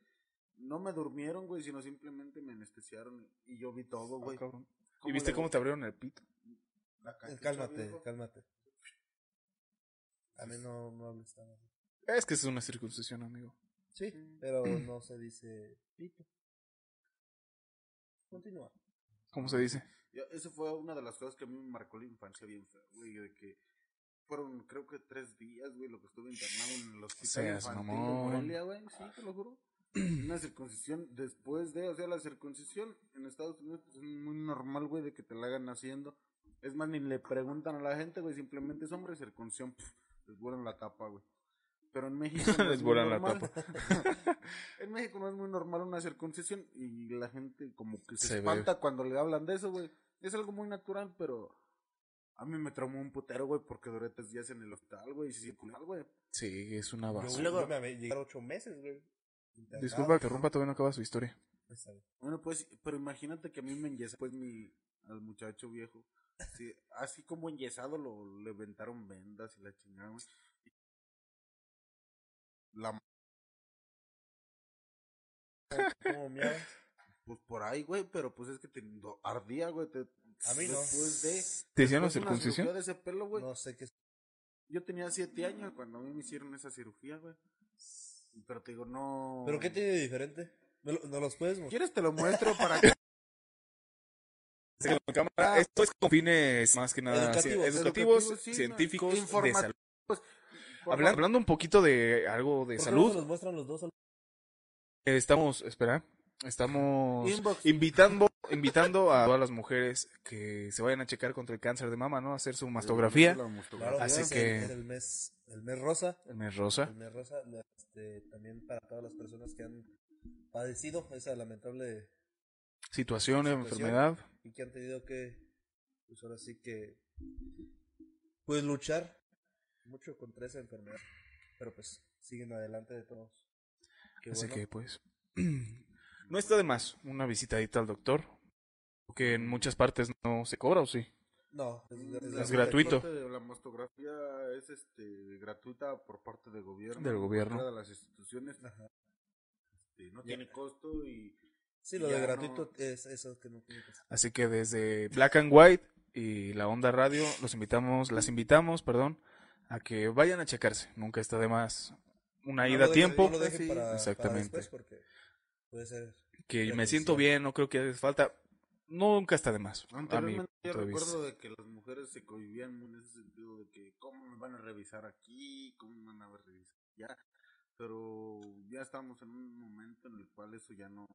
[SPEAKER 3] No me durmieron, güey, sino simplemente me anestesiaron y yo vi todo, Oh, güey.
[SPEAKER 2] ¿Y viste cómo te abrieron el pito?
[SPEAKER 3] La cachucha,
[SPEAKER 4] Cálmate,
[SPEAKER 3] viejo.
[SPEAKER 4] cálmate. A mí no, no hables tan así.
[SPEAKER 2] Es que es una circuncisión, amigo.
[SPEAKER 4] Sí,
[SPEAKER 3] Mm. (clears throat)
[SPEAKER 4] pero no se dice pito. Continúa.
[SPEAKER 2] ¿Cómo se dice?
[SPEAKER 3] Yo- eso fue una de las cosas que a mí me marcó la infancia bien feo, güey, de que fueron creo que tres días, güey, lo que estuve internado en el hospital
[SPEAKER 2] Seas
[SPEAKER 3] infantil de
[SPEAKER 2] mamón.
[SPEAKER 3] Morelia, güey, sí, te lo juro. una circuncisión después de, o sea, la circuncisión en Estados Unidos pues, es muy normal, güey, de que te la hagan haciendo. Es más, ni le preguntan a la gente, güey, simplemente es hombre circuncisión, pf, les vuelan la tapa, güey. Pero
[SPEAKER 2] (laughs)
[SPEAKER 3] en México no
[SPEAKER 2] Les
[SPEAKER 3] es muy
[SPEAKER 2] vuelan la
[SPEAKER 3] normal. (laughs) en México no es muy normal una circuncisión y la gente como que se,
[SPEAKER 2] Se ve.
[SPEAKER 3] espanta cuando le hablan de eso, güey. Es algo muy natural, pero a mí me traumó un putero, güey, porque duré tres días en el hospital, güey, y circular, güey.
[SPEAKER 2] Sí, es una
[SPEAKER 4] Yo,
[SPEAKER 2] basura.
[SPEAKER 4] luego me había llegado ocho meses, güey. Internado.
[SPEAKER 2] Disculpa que interrumpa, todavía no acaba su historia.
[SPEAKER 4] Está bien.
[SPEAKER 3] Bueno, pues, pero imagínate que a mí me enyesó, pues, mi, al muchacho viejo. Sí, así como enyesado lo le inventaron vendas y la chingada, güey. La,
[SPEAKER 4] ¿Cómo miabas?
[SPEAKER 3] pues por ahí, güey, pero pues es que te do- ardía, güey. te-
[SPEAKER 4] A mí no.
[SPEAKER 3] Después de.
[SPEAKER 2] ¿Te hicieron la
[SPEAKER 3] después de una cirugía
[SPEAKER 2] circuncisión?
[SPEAKER 3] de ese pelo, güey.
[SPEAKER 4] No sé qué es.
[SPEAKER 3] Yo tenía siete años cuando a mí me hicieron esa cirugía, güey. Pero te digo, no.
[SPEAKER 4] ¿Pero qué tiene de diferente? ¿No, lo- no los puedes mostrar?
[SPEAKER 3] ¿Quieres te
[SPEAKER 2] (laughs)
[SPEAKER 3] lo muestro para que.
[SPEAKER 2] Sí, con cámara. Esto es con fines más que nada
[SPEAKER 4] Educativos.
[SPEAKER 2] ci- educativos,
[SPEAKER 3] Educativos, sí,
[SPEAKER 2] científicos, de
[SPEAKER 3] informativos.
[SPEAKER 2] salud.
[SPEAKER 3] por
[SPEAKER 2] Hablan- Hablando un poquito de algo de
[SPEAKER 4] ¿Por qué No
[SPEAKER 2] salud,
[SPEAKER 4] se los muestran los dos? al-
[SPEAKER 2] eh, estamos, espera, estamos
[SPEAKER 3] Inbox.
[SPEAKER 2] invitando, invitando a todas las mujeres que se vayan a checar contra el cáncer de mama, ¿no? A hacer su mastografía.
[SPEAKER 3] La mastografía.
[SPEAKER 4] Claro,
[SPEAKER 2] Así
[SPEAKER 4] es
[SPEAKER 2] que- ¿Ah?
[SPEAKER 4] El, es el mes, el mes rosa.
[SPEAKER 2] El mes rosa.
[SPEAKER 4] El mes rosa, la- este, también para todas las personas que han padecido esa lamentable
[SPEAKER 2] Situación,
[SPEAKER 4] Situación.
[SPEAKER 2] enfermedad.
[SPEAKER 4] y que han tenido que, pues ahora sí que, pues luchar mucho contra esa enfermedad. Pero pues siguen adelante de todos. Qué
[SPEAKER 2] Así
[SPEAKER 4] bueno.
[SPEAKER 2] que, pues, (clears throat) no está de más una visitadita al doctor, que en muchas partes no se cobra, ¿o sí?
[SPEAKER 4] No, es,
[SPEAKER 3] La-
[SPEAKER 2] Es
[SPEAKER 4] gratuito.
[SPEAKER 2] gratuito.
[SPEAKER 3] parte de La mastografía es este, gratuita por parte del gobierno.
[SPEAKER 2] Del gobierno.
[SPEAKER 3] cualquiera De las instituciones. Este, no
[SPEAKER 4] Ya.
[SPEAKER 3] tiene costo y
[SPEAKER 4] Sí, lo
[SPEAKER 3] Ya
[SPEAKER 4] de
[SPEAKER 3] no-
[SPEAKER 4] gratuito es eso que no tiene que ser.
[SPEAKER 2] Así que desde Black and White y la Onda Radio los invitamos, las invitamos, perdón, a que vayan a checarse. Nunca está de más una
[SPEAKER 4] No
[SPEAKER 2] ida
[SPEAKER 4] lo
[SPEAKER 2] a
[SPEAKER 4] dejen-
[SPEAKER 2] tiempo.
[SPEAKER 4] no lo dejen
[SPEAKER 3] Sí,
[SPEAKER 4] para,
[SPEAKER 2] exactamente.
[SPEAKER 4] para después porque puede ser.
[SPEAKER 2] Que
[SPEAKER 4] Ya
[SPEAKER 2] me
[SPEAKER 4] te
[SPEAKER 2] siento
[SPEAKER 4] decía.
[SPEAKER 2] bien, no creo que haga falta. Nunca está de más. A mi
[SPEAKER 3] anteriormente yo
[SPEAKER 2] punto de vista.
[SPEAKER 3] recuerdo de que las mujeres se cohibían muy en ese sentido de que cómo me van a revisar aquí, cómo me van a ver revisar allá. Pero ya estamos en un momento en el cual eso ya no...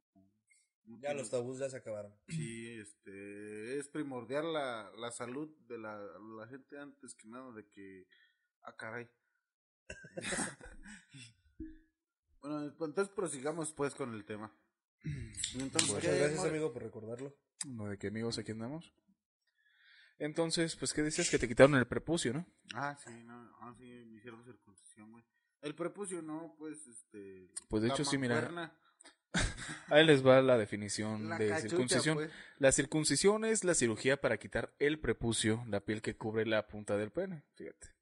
[SPEAKER 3] no
[SPEAKER 4] Ya
[SPEAKER 3] tiene-
[SPEAKER 4] los tabús ya se acabaron.
[SPEAKER 3] Sí, este, es primordial la, la salud de la, la gente antes que nada de que, ah, caray. (laughs) bueno, pues, entonces prosigamos pues con el tema. Y Entonces,
[SPEAKER 2] Bueno,
[SPEAKER 3] ¿qué,
[SPEAKER 4] Muchas gracias,
[SPEAKER 3] amor?
[SPEAKER 4] amigo, por recordarlo.
[SPEAKER 2] Lo de que amigos aquí andamos. Entonces, pues, ¿qué dices? Que te quitaron el prepucio, ¿no?
[SPEAKER 3] Ah, sí, no, ah, sí, me hicieron circuncisión, güey. El prepucio no, pues, este...
[SPEAKER 2] Pues, de
[SPEAKER 3] la
[SPEAKER 2] hecho, sí, mira.
[SPEAKER 3] mancuerna,
[SPEAKER 2] Ahí les va la definición
[SPEAKER 3] la
[SPEAKER 2] de
[SPEAKER 3] cachucha,
[SPEAKER 2] circuncisión.
[SPEAKER 3] pues.
[SPEAKER 2] La circuncisión es la cirugía para quitar el prepucio, la piel que cubre la punta del pene. Fíjate.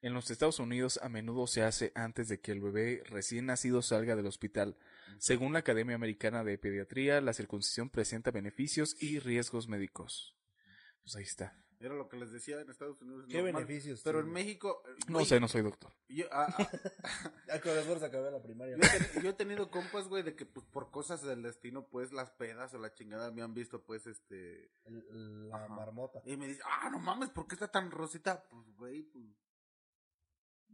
[SPEAKER 2] En los Estados Unidos a menudo se hace antes de que el bebé recién nacido salga del hospital. Según la Academia Americana de Pediatría, la circuncisión presenta beneficios y riesgos médicos. Pues ahí está.
[SPEAKER 3] Era lo que les decía en Estados Unidos.
[SPEAKER 4] ¿Qué
[SPEAKER 3] normal,
[SPEAKER 4] beneficios?
[SPEAKER 3] Pero en
[SPEAKER 4] tiene?
[SPEAKER 3] México... eh,
[SPEAKER 2] No
[SPEAKER 3] güey,
[SPEAKER 2] sé, no soy doctor.
[SPEAKER 3] yo- ah, ah,
[SPEAKER 4] Ya con las se acabé la primaria.
[SPEAKER 3] Yo he, ten- yo he tenido compas, güey, de que pues, por cosas del destino, pues las pedas o la chingada me han visto, pues, este...
[SPEAKER 4] El- La
[SPEAKER 3] Ajá.
[SPEAKER 4] marmota.
[SPEAKER 3] Y me dicen, ah, no mames, ¿por qué está tan rosita? Pues, güey, pues...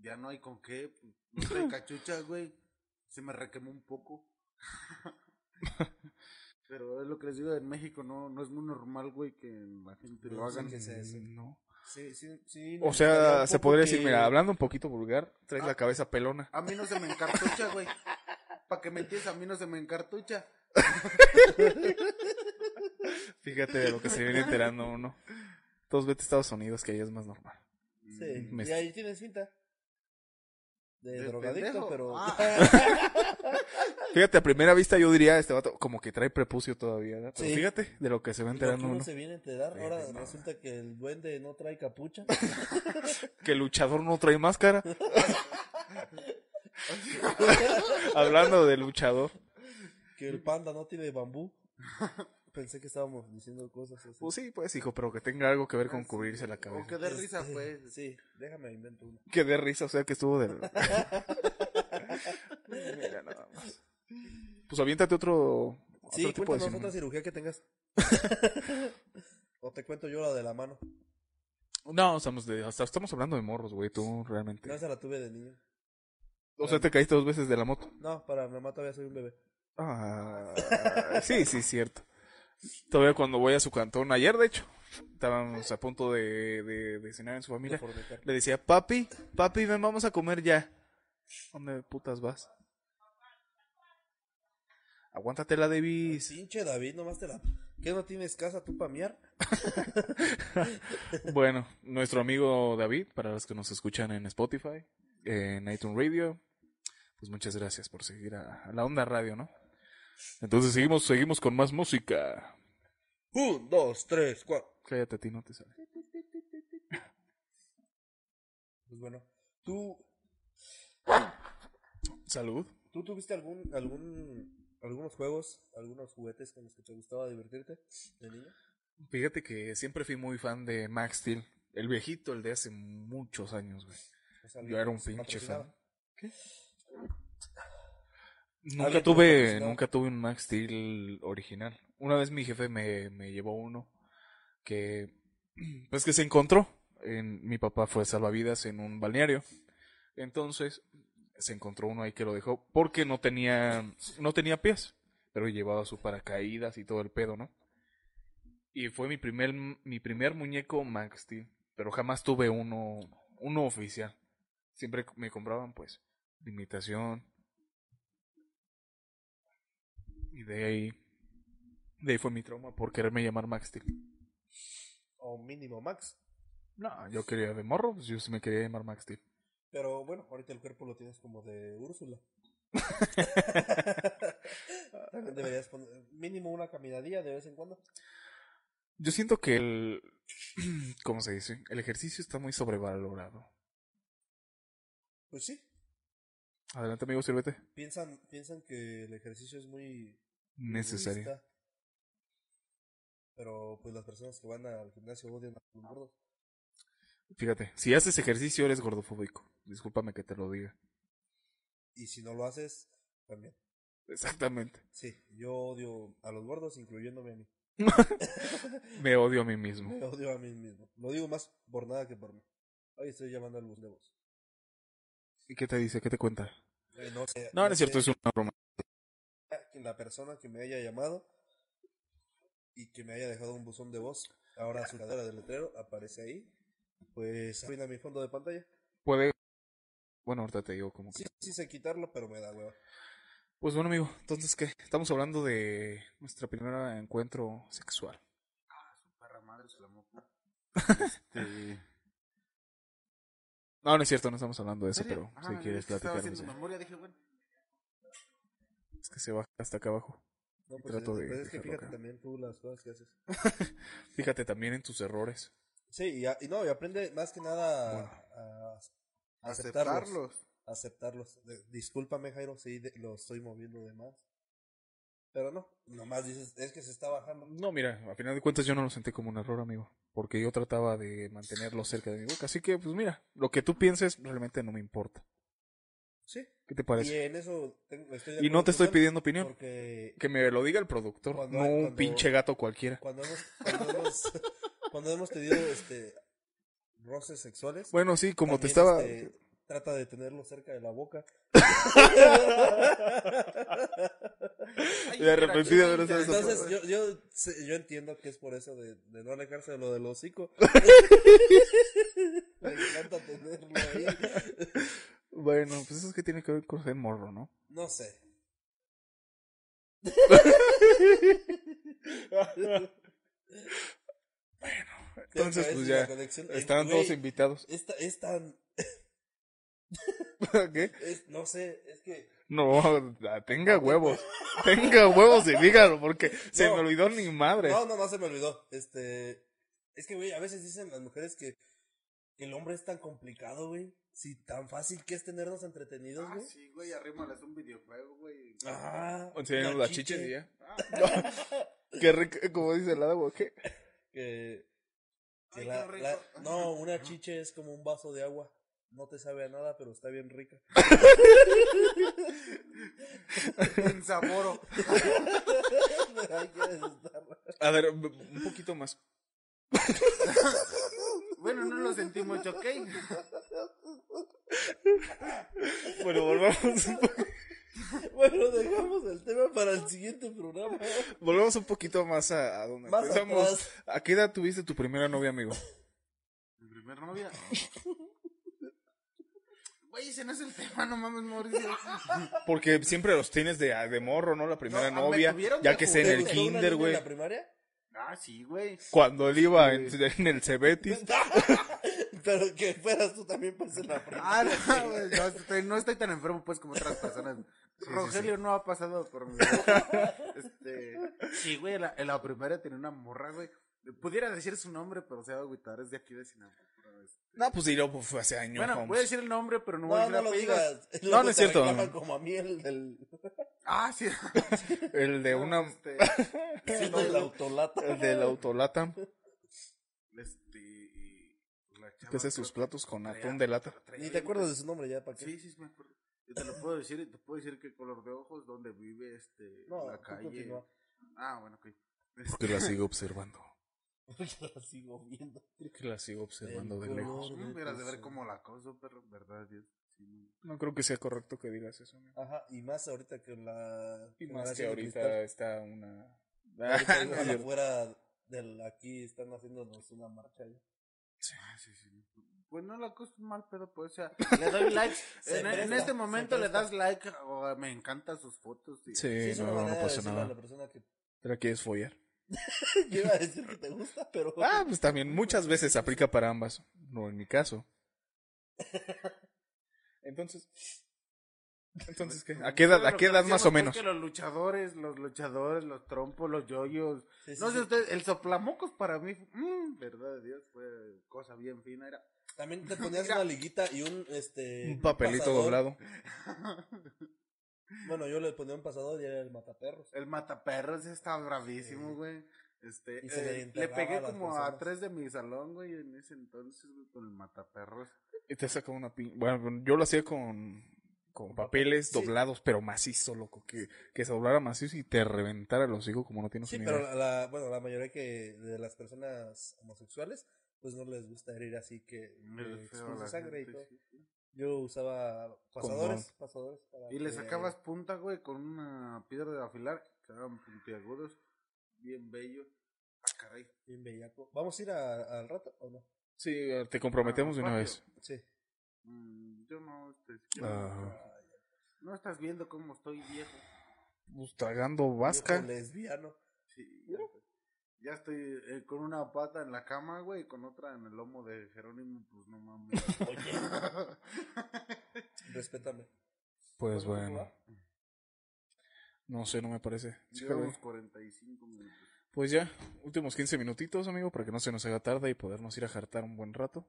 [SPEAKER 3] Ya no hay con qué. Pues, no trae cachucha, güey. Se me requemó un poco. Pero es lo que les digo, en México no, no es muy normal, güey, que la gente lo
[SPEAKER 4] No, sí
[SPEAKER 3] hagan.
[SPEAKER 4] que se- se-
[SPEAKER 2] No.
[SPEAKER 4] Sí, sí, sí.
[SPEAKER 2] O
[SPEAKER 4] me gustaría
[SPEAKER 2] sea,
[SPEAKER 4] un
[SPEAKER 2] se
[SPEAKER 4] poco
[SPEAKER 2] podría
[SPEAKER 4] que-
[SPEAKER 2] decir, mira, hablando un poquito vulgar, traes la
[SPEAKER 3] Ah.
[SPEAKER 2] cabeza pelona.
[SPEAKER 3] A mí no se me encartucha, güey. Para que me entiendas, a mí no se me encartucha.
[SPEAKER 2] Fíjate de lo que se viene enterando uno. Entonces vete a Estados Unidos, que ahí es más normal.
[SPEAKER 4] Sí,
[SPEAKER 2] me-
[SPEAKER 4] y ahí tienes cinta. De,
[SPEAKER 3] Mm, De
[SPEAKER 4] drogadicto,
[SPEAKER 3] pendejo.
[SPEAKER 4] pero. (laughs)
[SPEAKER 3] Ah.
[SPEAKER 2] Fíjate, a primera vista yo diría, este vato como que trae prepucio todavía, ¿verdad? Pero
[SPEAKER 4] Sí.
[SPEAKER 2] fíjate de lo que se va
[SPEAKER 4] Lo que
[SPEAKER 2] enterando
[SPEAKER 4] uno
[SPEAKER 2] uno.
[SPEAKER 4] se viene a enterar, ahora
[SPEAKER 2] Fíjate, no.
[SPEAKER 4] resulta que el duende no trae capucha.
[SPEAKER 2] Que el luchador no trae
[SPEAKER 4] (laughs)
[SPEAKER 2] máscara. Hablando de luchador.
[SPEAKER 4] que el panda no tiene bambú. Pensé que estábamos diciendo cosas así.
[SPEAKER 2] Pues sí, pues hijo, pero que tenga algo que ver
[SPEAKER 4] Ah,
[SPEAKER 2] con cubrirse la
[SPEAKER 3] O
[SPEAKER 2] cabeza.
[SPEAKER 3] que dé risa, pues.
[SPEAKER 4] Sí, déjame invento una.
[SPEAKER 2] Que dé risa, o sea, que estuvo
[SPEAKER 4] (laughs)
[SPEAKER 2] del... (laughs) Mira, nada más. Pues aviéntate otro, otro
[SPEAKER 4] Sí,
[SPEAKER 2] tipo de
[SPEAKER 4] cuéntanos otra
[SPEAKER 2] cine.
[SPEAKER 4] cirugía que tengas. o te cuento yo la de la mano.
[SPEAKER 2] No, estamos, de, hasta estamos hablando de morros, güey, tú realmente.
[SPEAKER 4] No, esa la tuve de niño.
[SPEAKER 2] O sea, te caíste dos veces de la moto.
[SPEAKER 4] No, para mi mamá todavía soy un bebé.
[SPEAKER 2] Ah, sí, sí, cierto. Todavía cuando voy a su cantón, ayer de hecho, estábamos a punto de, de- de cenar en su familia.
[SPEAKER 4] Por meter.
[SPEAKER 2] Le decía, papi, papi, ven, vamos a comer ya. ¿Dónde putas vas? Aguántatela, Davis.
[SPEAKER 4] Pinche David, nomás te la. ¿Qué no tienes casa tú para miar?
[SPEAKER 2] Bueno, nuestro amigo David, para los que nos escuchan en Spotify, en iTunes Radio, pues muchas gracias por seguir a, a la onda radio, ¿no? Entonces seguimos, seguimos con más música.
[SPEAKER 4] Un, dos, tres, cuatro.
[SPEAKER 2] Cállate a ti, no te sale.
[SPEAKER 4] Pues bueno, ¿tú,
[SPEAKER 2] Salud.
[SPEAKER 4] ¿tú tuviste algún, algún, algunos juegos, algunos juguetes con los que te gustaba divertirte de niño?
[SPEAKER 2] Fíjate que siempre fui muy fan de Max Steel, el viejito, el de hace muchos años, güey.
[SPEAKER 4] O sea,
[SPEAKER 2] Yo era un
[SPEAKER 4] ¿se
[SPEAKER 2] pinche
[SPEAKER 4] patrocinaba?
[SPEAKER 2] fan. Nunca
[SPEAKER 4] ¿Alguien te lo
[SPEAKER 2] tuve,
[SPEAKER 4] patrocinaba?
[SPEAKER 2] nunca tuve un Max Steel original. Una vez mi jefe me, me llevó uno que, (clears throat) pues que se encontró. En, mi papá fue salvavidas en un balneario. Entonces, se encontró uno ahí que lo dejó porque no tenía, no tenía pies, pero llevaba su paracaídas y todo el pedo, ¿no? Y fue mi primer, mi primer muñeco Max Steel, pero jamás tuve uno, uno oficial. Siempre me compraban, pues, de imitación. Y de ahí, de ahí fue mi trauma por quererme llamar Max Steel.
[SPEAKER 4] O mínimo Max.
[SPEAKER 2] No, yo quería de morro, pues yo sí me quería llamar Max Steel.
[SPEAKER 4] Pero bueno, ahorita el cuerpo lo tienes como
[SPEAKER 2] (laughs)
[SPEAKER 4] de Úrsula. También deberías poner mínimo una caminadilla de vez en cuando.
[SPEAKER 2] Yo siento que el, (clears throat) ¿cómo se dice? El ejercicio está muy sobrevalorado.
[SPEAKER 4] Pues sí,
[SPEAKER 2] Adelante, amigo, sírvete.
[SPEAKER 4] piensan, piensan que el ejercicio es muy
[SPEAKER 2] Necesario.
[SPEAKER 4] egoísta. Pero pues las personas que van al gimnasio odian a los gordos.
[SPEAKER 2] Fíjate, si haces ejercicio eres gordofóbico. Discúlpame que te lo diga.
[SPEAKER 4] Y si no lo haces, también.
[SPEAKER 2] Exactamente.
[SPEAKER 4] Sí, yo odio a los gordos, incluyéndome
[SPEAKER 2] (laughs)
[SPEAKER 4] a mí.
[SPEAKER 2] Me odio a mí mismo.
[SPEAKER 4] Me odio a mí mismo. Lo digo más por nada que por mí. Hoy estoy llamando al bus de voz.
[SPEAKER 2] ¿Y qué te dice? ¿Qué te cuenta?
[SPEAKER 4] Eh, no, sé-
[SPEAKER 2] No, no es
[SPEAKER 4] sé-
[SPEAKER 2] cierto, es una broma.
[SPEAKER 4] que la persona que me haya llamado y que me haya dejado un buzón de voz, ahora su cadera de letrero aparece ahí, pues arruina mi fondo de pantalla.
[SPEAKER 2] Puede. Bueno, ahorita te digo como que.
[SPEAKER 4] Sí, sí sé quitarlo, pero me da hueva.
[SPEAKER 2] Pues bueno, amigo, entonces, ¿qué? Estamos hablando de nuestro primer encuentro sexual.
[SPEAKER 3] Perra madre, se la moco. (laughs) Este.
[SPEAKER 2] No, no es cierto, no estamos hablando de eso, pero
[SPEAKER 3] ¿serio? Ah,
[SPEAKER 2] si
[SPEAKER 3] es
[SPEAKER 2] quieres
[SPEAKER 3] que Estaba
[SPEAKER 2] platicar.
[SPEAKER 3] haciendo memoria, dije, bueno.
[SPEAKER 2] Es que se baja hasta acá abajo.
[SPEAKER 4] No, pues,
[SPEAKER 2] Trato
[SPEAKER 4] es,
[SPEAKER 2] de
[SPEAKER 4] pues es que
[SPEAKER 2] dejarlo
[SPEAKER 4] fíjate
[SPEAKER 2] acá.
[SPEAKER 4] también tú las cosas que haces.
[SPEAKER 2] Fíjate también en tus errores.
[SPEAKER 4] Sí, y, a- y no, y aprende más que nada a, a aceptarlos. Aceptarlos.
[SPEAKER 3] Aceptarlos.
[SPEAKER 4] De- discúlpame, Jairo, si lo estoy moviendo de más. Pero no, nomás dices, es que se está bajando.
[SPEAKER 2] No, mira, a final de cuentas yo no lo sentí como un error, amigo. Porque yo trataba de mantenerlo cerca de mi boca. Así que, pues mira, lo que tú pienses realmente no me importa.
[SPEAKER 4] Sí,
[SPEAKER 2] ¿Qué te
[SPEAKER 4] y
[SPEAKER 2] parece?
[SPEAKER 4] en eso tengo- estoy de
[SPEAKER 2] Y no
[SPEAKER 4] acuerdo
[SPEAKER 2] te estoy
[SPEAKER 4] con él,
[SPEAKER 2] pidiendo opinión.
[SPEAKER 4] Porque
[SPEAKER 2] Que me lo diga el productor,
[SPEAKER 4] Cuando-
[SPEAKER 2] no un
[SPEAKER 4] cuando-
[SPEAKER 2] pinche gato cualquiera.
[SPEAKER 4] cuando hemos, cuando hemos, (laughs) cuando hemos tenido este, roces sexuales,
[SPEAKER 2] Bueno, sí, como te
[SPEAKER 4] también,
[SPEAKER 2] estaba...
[SPEAKER 4] este, trata de tenerlo cerca de la boca.
[SPEAKER 3] Ay,
[SPEAKER 2] De repente de
[SPEAKER 3] espera,
[SPEAKER 2] ver esas-
[SPEAKER 4] Entonces, yo,
[SPEAKER 2] eh.
[SPEAKER 4] yo, sé- yo entiendo que es por eso de, de no alejarse de lo del
[SPEAKER 2] (laughs)
[SPEAKER 4] hocico. (laughs) Me encanta tenerlo ahí.
[SPEAKER 2] Bueno, pues eso es que tiene que ver con ser morro, ¿no?
[SPEAKER 4] No sé.
[SPEAKER 2] Entonces,
[SPEAKER 4] Otra vez
[SPEAKER 2] pues
[SPEAKER 4] la
[SPEAKER 2] ya,
[SPEAKER 4] conexión.
[SPEAKER 2] Están
[SPEAKER 4] pues, Güey,
[SPEAKER 2] todos invitados. (laughs)
[SPEAKER 4] Esta, es tan.
[SPEAKER 2] ¿Qué?
[SPEAKER 4] es- no sé, es que.
[SPEAKER 2] No, tenga huevos. tenga huevos y dígalo, porque se
[SPEAKER 4] No.
[SPEAKER 2] me olvidó ni madre.
[SPEAKER 4] No, no, no se me olvidó. Este. Es que, güey, a veces dicen las mujeres que el hombre es tan complicado, güey. Si tan fácil que es tenernos entretenidos,
[SPEAKER 3] Ah,
[SPEAKER 4] güey.
[SPEAKER 3] sí, güey, arrímales un videojuego, güey.
[SPEAKER 4] Ah,
[SPEAKER 2] Enseñanos
[SPEAKER 4] la
[SPEAKER 2] las chiches
[SPEAKER 4] chiche.
[SPEAKER 2] y ya. Qué rico, como dice el agua, ¿qué?
[SPEAKER 4] Que, que
[SPEAKER 3] Ay,
[SPEAKER 4] la-
[SPEAKER 3] qué rico.
[SPEAKER 4] la- no, una chiche es como un vaso de agua. No te sabe a nada, pero está bien rica.
[SPEAKER 3] En saboro.
[SPEAKER 4] Hay que desatarla.
[SPEAKER 2] A ver, un poquito más.
[SPEAKER 3] Bueno, no lo sentí mucho, ¿ok?
[SPEAKER 2] Bueno, volvamos un, po-
[SPEAKER 4] Bueno, dejamos el tema para el siguiente programa.
[SPEAKER 2] volvamos un poquito más a, a donde
[SPEAKER 4] Más
[SPEAKER 2] empezamos.
[SPEAKER 4] atrás.
[SPEAKER 2] ¿A qué edad tuviste tu primera novia, amigo?
[SPEAKER 3] Mi primer novia. Güey, ese no es el tema, no mames, Mauricio.
[SPEAKER 2] Porque siempre los tienes de, de morro, ¿no? La primera
[SPEAKER 3] No, me
[SPEAKER 2] novia,
[SPEAKER 3] tuvieron
[SPEAKER 2] ya
[SPEAKER 3] de
[SPEAKER 2] que sea en
[SPEAKER 4] ¿Te
[SPEAKER 2] el
[SPEAKER 4] gustó una niña
[SPEAKER 2] kinder,
[SPEAKER 4] en
[SPEAKER 2] güey.
[SPEAKER 4] la primaria?
[SPEAKER 3] Ah, sí, güey.
[SPEAKER 2] Cuando él iba en, en el Cebetis.
[SPEAKER 4] (laughs) Pero que fueras tú también pasé la primaria.
[SPEAKER 3] Ah, no, güey, no, estoy, no estoy tan enfermo, pues, como otras personas. Rogelio no ha pasado por mi Este, sí, güey, en la, en la primaria tenía una morra, güey. Pudiera decir su nombre, pero se va a agüitar, es de aquí de Sinaloa.
[SPEAKER 2] No, pues y luego fue hace años.
[SPEAKER 3] Bueno,
[SPEAKER 2] vamos.
[SPEAKER 3] voy a decir el nombre, pero no voy a
[SPEAKER 4] No,
[SPEAKER 3] decir
[SPEAKER 4] no lo
[SPEAKER 3] apellidos.
[SPEAKER 4] digas.
[SPEAKER 2] No,
[SPEAKER 4] Luego
[SPEAKER 2] no es
[SPEAKER 4] te
[SPEAKER 2] cierto.
[SPEAKER 4] reclaman como a mí el del
[SPEAKER 3] Ah, sí.
[SPEAKER 2] el de una.
[SPEAKER 3] (laughs) Este,
[SPEAKER 4] el del autolata.
[SPEAKER 2] El de la autolata.
[SPEAKER 3] este, y la chava
[SPEAKER 2] Que hace sus
[SPEAKER 3] creo que
[SPEAKER 2] platos con
[SPEAKER 3] traía-
[SPEAKER 2] atún de lata.
[SPEAKER 3] traía
[SPEAKER 4] Ni te
[SPEAKER 3] ahí,
[SPEAKER 4] acuerdas de su nombre ya, ¿para qué? (laughs)
[SPEAKER 3] Sí, sí, sí, me acuerdo. Yo te lo puedo decir, y te puedo decir qué color de ojos, dónde vive, este,
[SPEAKER 4] No,
[SPEAKER 3] la
[SPEAKER 4] tú
[SPEAKER 3] calle.
[SPEAKER 4] continúa.
[SPEAKER 3] Ah, bueno, ok.
[SPEAKER 2] Porque la sigo observando.
[SPEAKER 4] Porque la sigo viendo.
[SPEAKER 2] Que la sigo observando
[SPEAKER 4] El
[SPEAKER 2] de
[SPEAKER 4] color.
[SPEAKER 2] lejos.
[SPEAKER 3] No
[SPEAKER 4] Sobre
[SPEAKER 3] me hubieras de ver
[SPEAKER 4] tus
[SPEAKER 3] cómo la acoso, perro, verdad, Dios. Sí, no.
[SPEAKER 2] No creo que sea correcto que digas eso, amigo.
[SPEAKER 4] Ajá, y más ahorita que la.
[SPEAKER 2] Y más que
[SPEAKER 4] generación de
[SPEAKER 2] ahorita (laughs)
[SPEAKER 4] cristal.
[SPEAKER 2] está una.
[SPEAKER 4] Ahorita
[SPEAKER 2] Ah, No,
[SPEAKER 4] igual
[SPEAKER 2] yo-
[SPEAKER 4] afuera del aquí están haciéndonos una marcha. ahí.
[SPEAKER 3] Ah, sí, sí. Pues no la acoso mal, pero pues, o
[SPEAKER 4] (laughs)
[SPEAKER 3] sea, le doy like.
[SPEAKER 4] Se
[SPEAKER 3] en, en
[SPEAKER 4] presta,
[SPEAKER 3] este
[SPEAKER 4] se
[SPEAKER 3] momento le
[SPEAKER 4] presta.
[SPEAKER 3] das like, o me encantan sus fotos. y-
[SPEAKER 2] Sí,
[SPEAKER 4] es
[SPEAKER 2] no,
[SPEAKER 4] una
[SPEAKER 2] no, no
[SPEAKER 4] manera de
[SPEAKER 2] pasa
[SPEAKER 4] decirle a
[SPEAKER 2] nada.
[SPEAKER 4] la persona que (laughs)
[SPEAKER 2] ¿Te la quieres follar?
[SPEAKER 4] yo iba a decir que te gusta, pero.
[SPEAKER 2] Ah, pues también muchas veces aplica para ambas. No en mi (laughs) caso. Entonces. Entonces, ¿qué? ¿A qué edad, a qué edad más o menos?
[SPEAKER 3] pues Que los luchadores, los luchadores, los trompos, los yoyos.
[SPEAKER 4] Sí, sí,
[SPEAKER 3] No sé
[SPEAKER 4] sí.
[SPEAKER 3] ustedes, el soplamocos para mí, mm, verdad de Dios, fue cosa bien fina. Era (laughs)
[SPEAKER 4] También te ponías una liguita y un este.
[SPEAKER 2] Un papelito
[SPEAKER 4] pasador.
[SPEAKER 2] doblado.
[SPEAKER 4] Bueno, yo le ponía un pasador y era el mataperros.
[SPEAKER 2] Eh,
[SPEAKER 3] El mataperros estaba bravísimo,
[SPEAKER 4] Sí.
[SPEAKER 3] güey. Este,
[SPEAKER 4] Y se le
[SPEAKER 3] eh, le,
[SPEAKER 4] enterraba a
[SPEAKER 3] pegué
[SPEAKER 4] las
[SPEAKER 3] como a
[SPEAKER 4] personas.
[SPEAKER 3] tres de mi salón, güey, en ese entonces, güey, con el mataperros.
[SPEAKER 2] Y te saca una pin... Bueno, yo lo hacía con, con papeles
[SPEAKER 4] Sí.
[SPEAKER 2] doblados, pero macizo, loco. Que, que se doblara macizo y te reventara el hocico como no tienes
[SPEAKER 4] Sí,
[SPEAKER 2] ni
[SPEAKER 4] pero
[SPEAKER 2] idea.
[SPEAKER 4] la, la- bueno, la mayoría que de las personas homosexuales, pues no les gusta herir así que
[SPEAKER 3] Mira,
[SPEAKER 4] que
[SPEAKER 3] Mm, feo,
[SPEAKER 4] expulse
[SPEAKER 3] la
[SPEAKER 4] sangre y
[SPEAKER 3] gente,
[SPEAKER 4] todo.
[SPEAKER 3] sí, sí.
[SPEAKER 4] Yo usaba pasadores, pasadores para
[SPEAKER 3] Y le
[SPEAKER 4] que-
[SPEAKER 3] sacabas punta, güey, con una piedra de afilar. Quedaban puntiagudos, bien bello. Ah, caray.
[SPEAKER 4] bien bellaco. ¿Vamos a ir a- al rato o no?
[SPEAKER 2] Sí, eh, te comprometemos de una
[SPEAKER 3] Patio.
[SPEAKER 2] vez.
[SPEAKER 4] Sí.
[SPEAKER 3] Mm, yo no, este,
[SPEAKER 2] Ah,
[SPEAKER 3] no estás viendo cómo estoy viejo.
[SPEAKER 2] pues, tragando vasca.
[SPEAKER 4] Viejo lesbiano.
[SPEAKER 3] Sí, ya, sé. Ya estoy eh, con una pata en la cama, güey, y con otra en el lomo de Jerónimo, pues no (laughs) mames.
[SPEAKER 4] Respétame.
[SPEAKER 2] Pues
[SPEAKER 4] ¿Cuándo
[SPEAKER 2] bueno.
[SPEAKER 4] va?
[SPEAKER 2] No sé, no me parece. Sí,
[SPEAKER 3] Llevamos
[SPEAKER 2] joder.
[SPEAKER 3] 45 minutos.
[SPEAKER 2] Pues ya, últimos 15 minutitos, amigo, para que no se nos haga tarde y podernos ir a jartar un buen rato.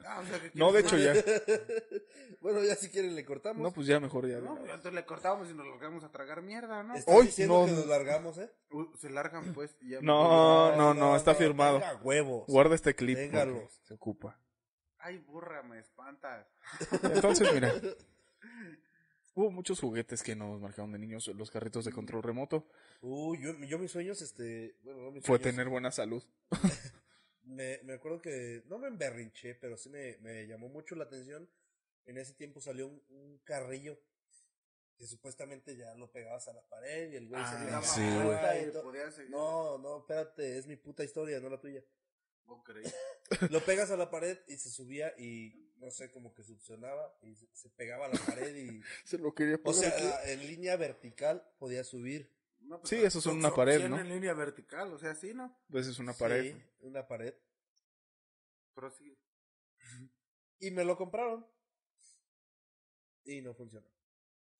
[SPEAKER 3] Ah, o sea, que
[SPEAKER 2] No, de hecho ya.
[SPEAKER 4] (laughs) bueno, ya si quieren le cortamos.
[SPEAKER 2] No, pues ya mejor ya.
[SPEAKER 3] No, pues, antes le cortamos y nos largamos a tragar mierda, ¿no?
[SPEAKER 4] Estás
[SPEAKER 2] pues, hoy
[SPEAKER 4] diciendo
[SPEAKER 2] no-
[SPEAKER 4] que nos largamos, ¿eh?
[SPEAKER 3] Uh, se largan, pues. y ya
[SPEAKER 2] No,
[SPEAKER 3] me-
[SPEAKER 2] no, no, está firmado.
[SPEAKER 4] venga, huevos.
[SPEAKER 2] Guarda este clip.
[SPEAKER 4] Téngalo.
[SPEAKER 2] porque Se ocupa.
[SPEAKER 3] Ay, burra, me espantas.
[SPEAKER 2] Entonces,
[SPEAKER 4] (laughs)
[SPEAKER 2] mira. Hubo muchos juguetes que nos marcaron de niños. Los carritos de control remoto.
[SPEAKER 4] Uy, yo, yo mis sueños, este. Bueno, no mis
[SPEAKER 2] Fue
[SPEAKER 4] sueños.
[SPEAKER 2] tener buena salud.
[SPEAKER 4] Me, me acuerdo que no me emberrinché, pero sí me, me llamó mucho la atención. En ese tiempo salió un, un carrillo que supuestamente ya lo pegabas a la pared y el güey se
[SPEAKER 2] Ah,
[SPEAKER 4] daba
[SPEAKER 2] sí,
[SPEAKER 4] vuelta
[SPEAKER 3] Ay, pues.
[SPEAKER 4] y todo.
[SPEAKER 3] podía seguir.
[SPEAKER 4] No, no, espérate, es mi puta historia, no la tuya.
[SPEAKER 3] No creí.
[SPEAKER 4] Lo pegas a la pared y se subía y no sé, como que succionaba y se, se pegaba a la pared y.
[SPEAKER 2] Se lo quería
[SPEAKER 4] O
[SPEAKER 2] poner aquí.
[SPEAKER 4] sea, en línea vertical podía subir.
[SPEAKER 3] No, pues,
[SPEAKER 2] Sí, eso es
[SPEAKER 3] son
[SPEAKER 2] una pared,
[SPEAKER 3] opción
[SPEAKER 2] ¿no?
[SPEAKER 3] en línea vertical, o sea, sí, ¿no?
[SPEAKER 2] Pues es una pared.
[SPEAKER 4] Sí, una pared.
[SPEAKER 3] Pero sí.
[SPEAKER 4] Y me lo compraron. Y no funcionó.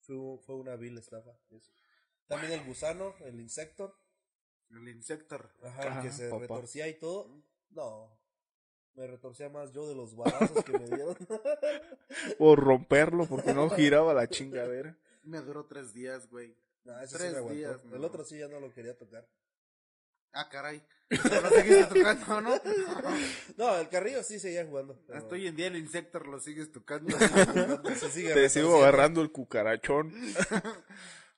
[SPEAKER 4] Fue, u- fue una vil estafa. eso. También el gusano, el insecto,
[SPEAKER 3] El insector.
[SPEAKER 4] ajá, el
[SPEAKER 2] Ah,
[SPEAKER 4] que se
[SPEAKER 2] papá.
[SPEAKER 4] retorcía y todo. No. Me retorcía más yo de los balazos que me (laughs) dieron.
[SPEAKER 2] O romperlo porque no giraba la chingadera.
[SPEAKER 3] Me duró tres días, güey.
[SPEAKER 4] No, ese sí
[SPEAKER 3] Tres
[SPEAKER 4] me aguantó.
[SPEAKER 3] días,
[SPEAKER 4] el
[SPEAKER 3] no.
[SPEAKER 4] otro sí ya no lo quería tocar.
[SPEAKER 3] Ah,
[SPEAKER 4] (laughs)
[SPEAKER 3] caray. Pero no seguiste tocando, ¿no?
[SPEAKER 4] No, el carrillo sí seguía jugando. pero
[SPEAKER 3] Hasta hoy en día el insector lo sigues tocando.
[SPEAKER 4] (laughs) se sigue
[SPEAKER 2] Te sigo
[SPEAKER 4] retorciendo.
[SPEAKER 2] agarrando el cucarachón.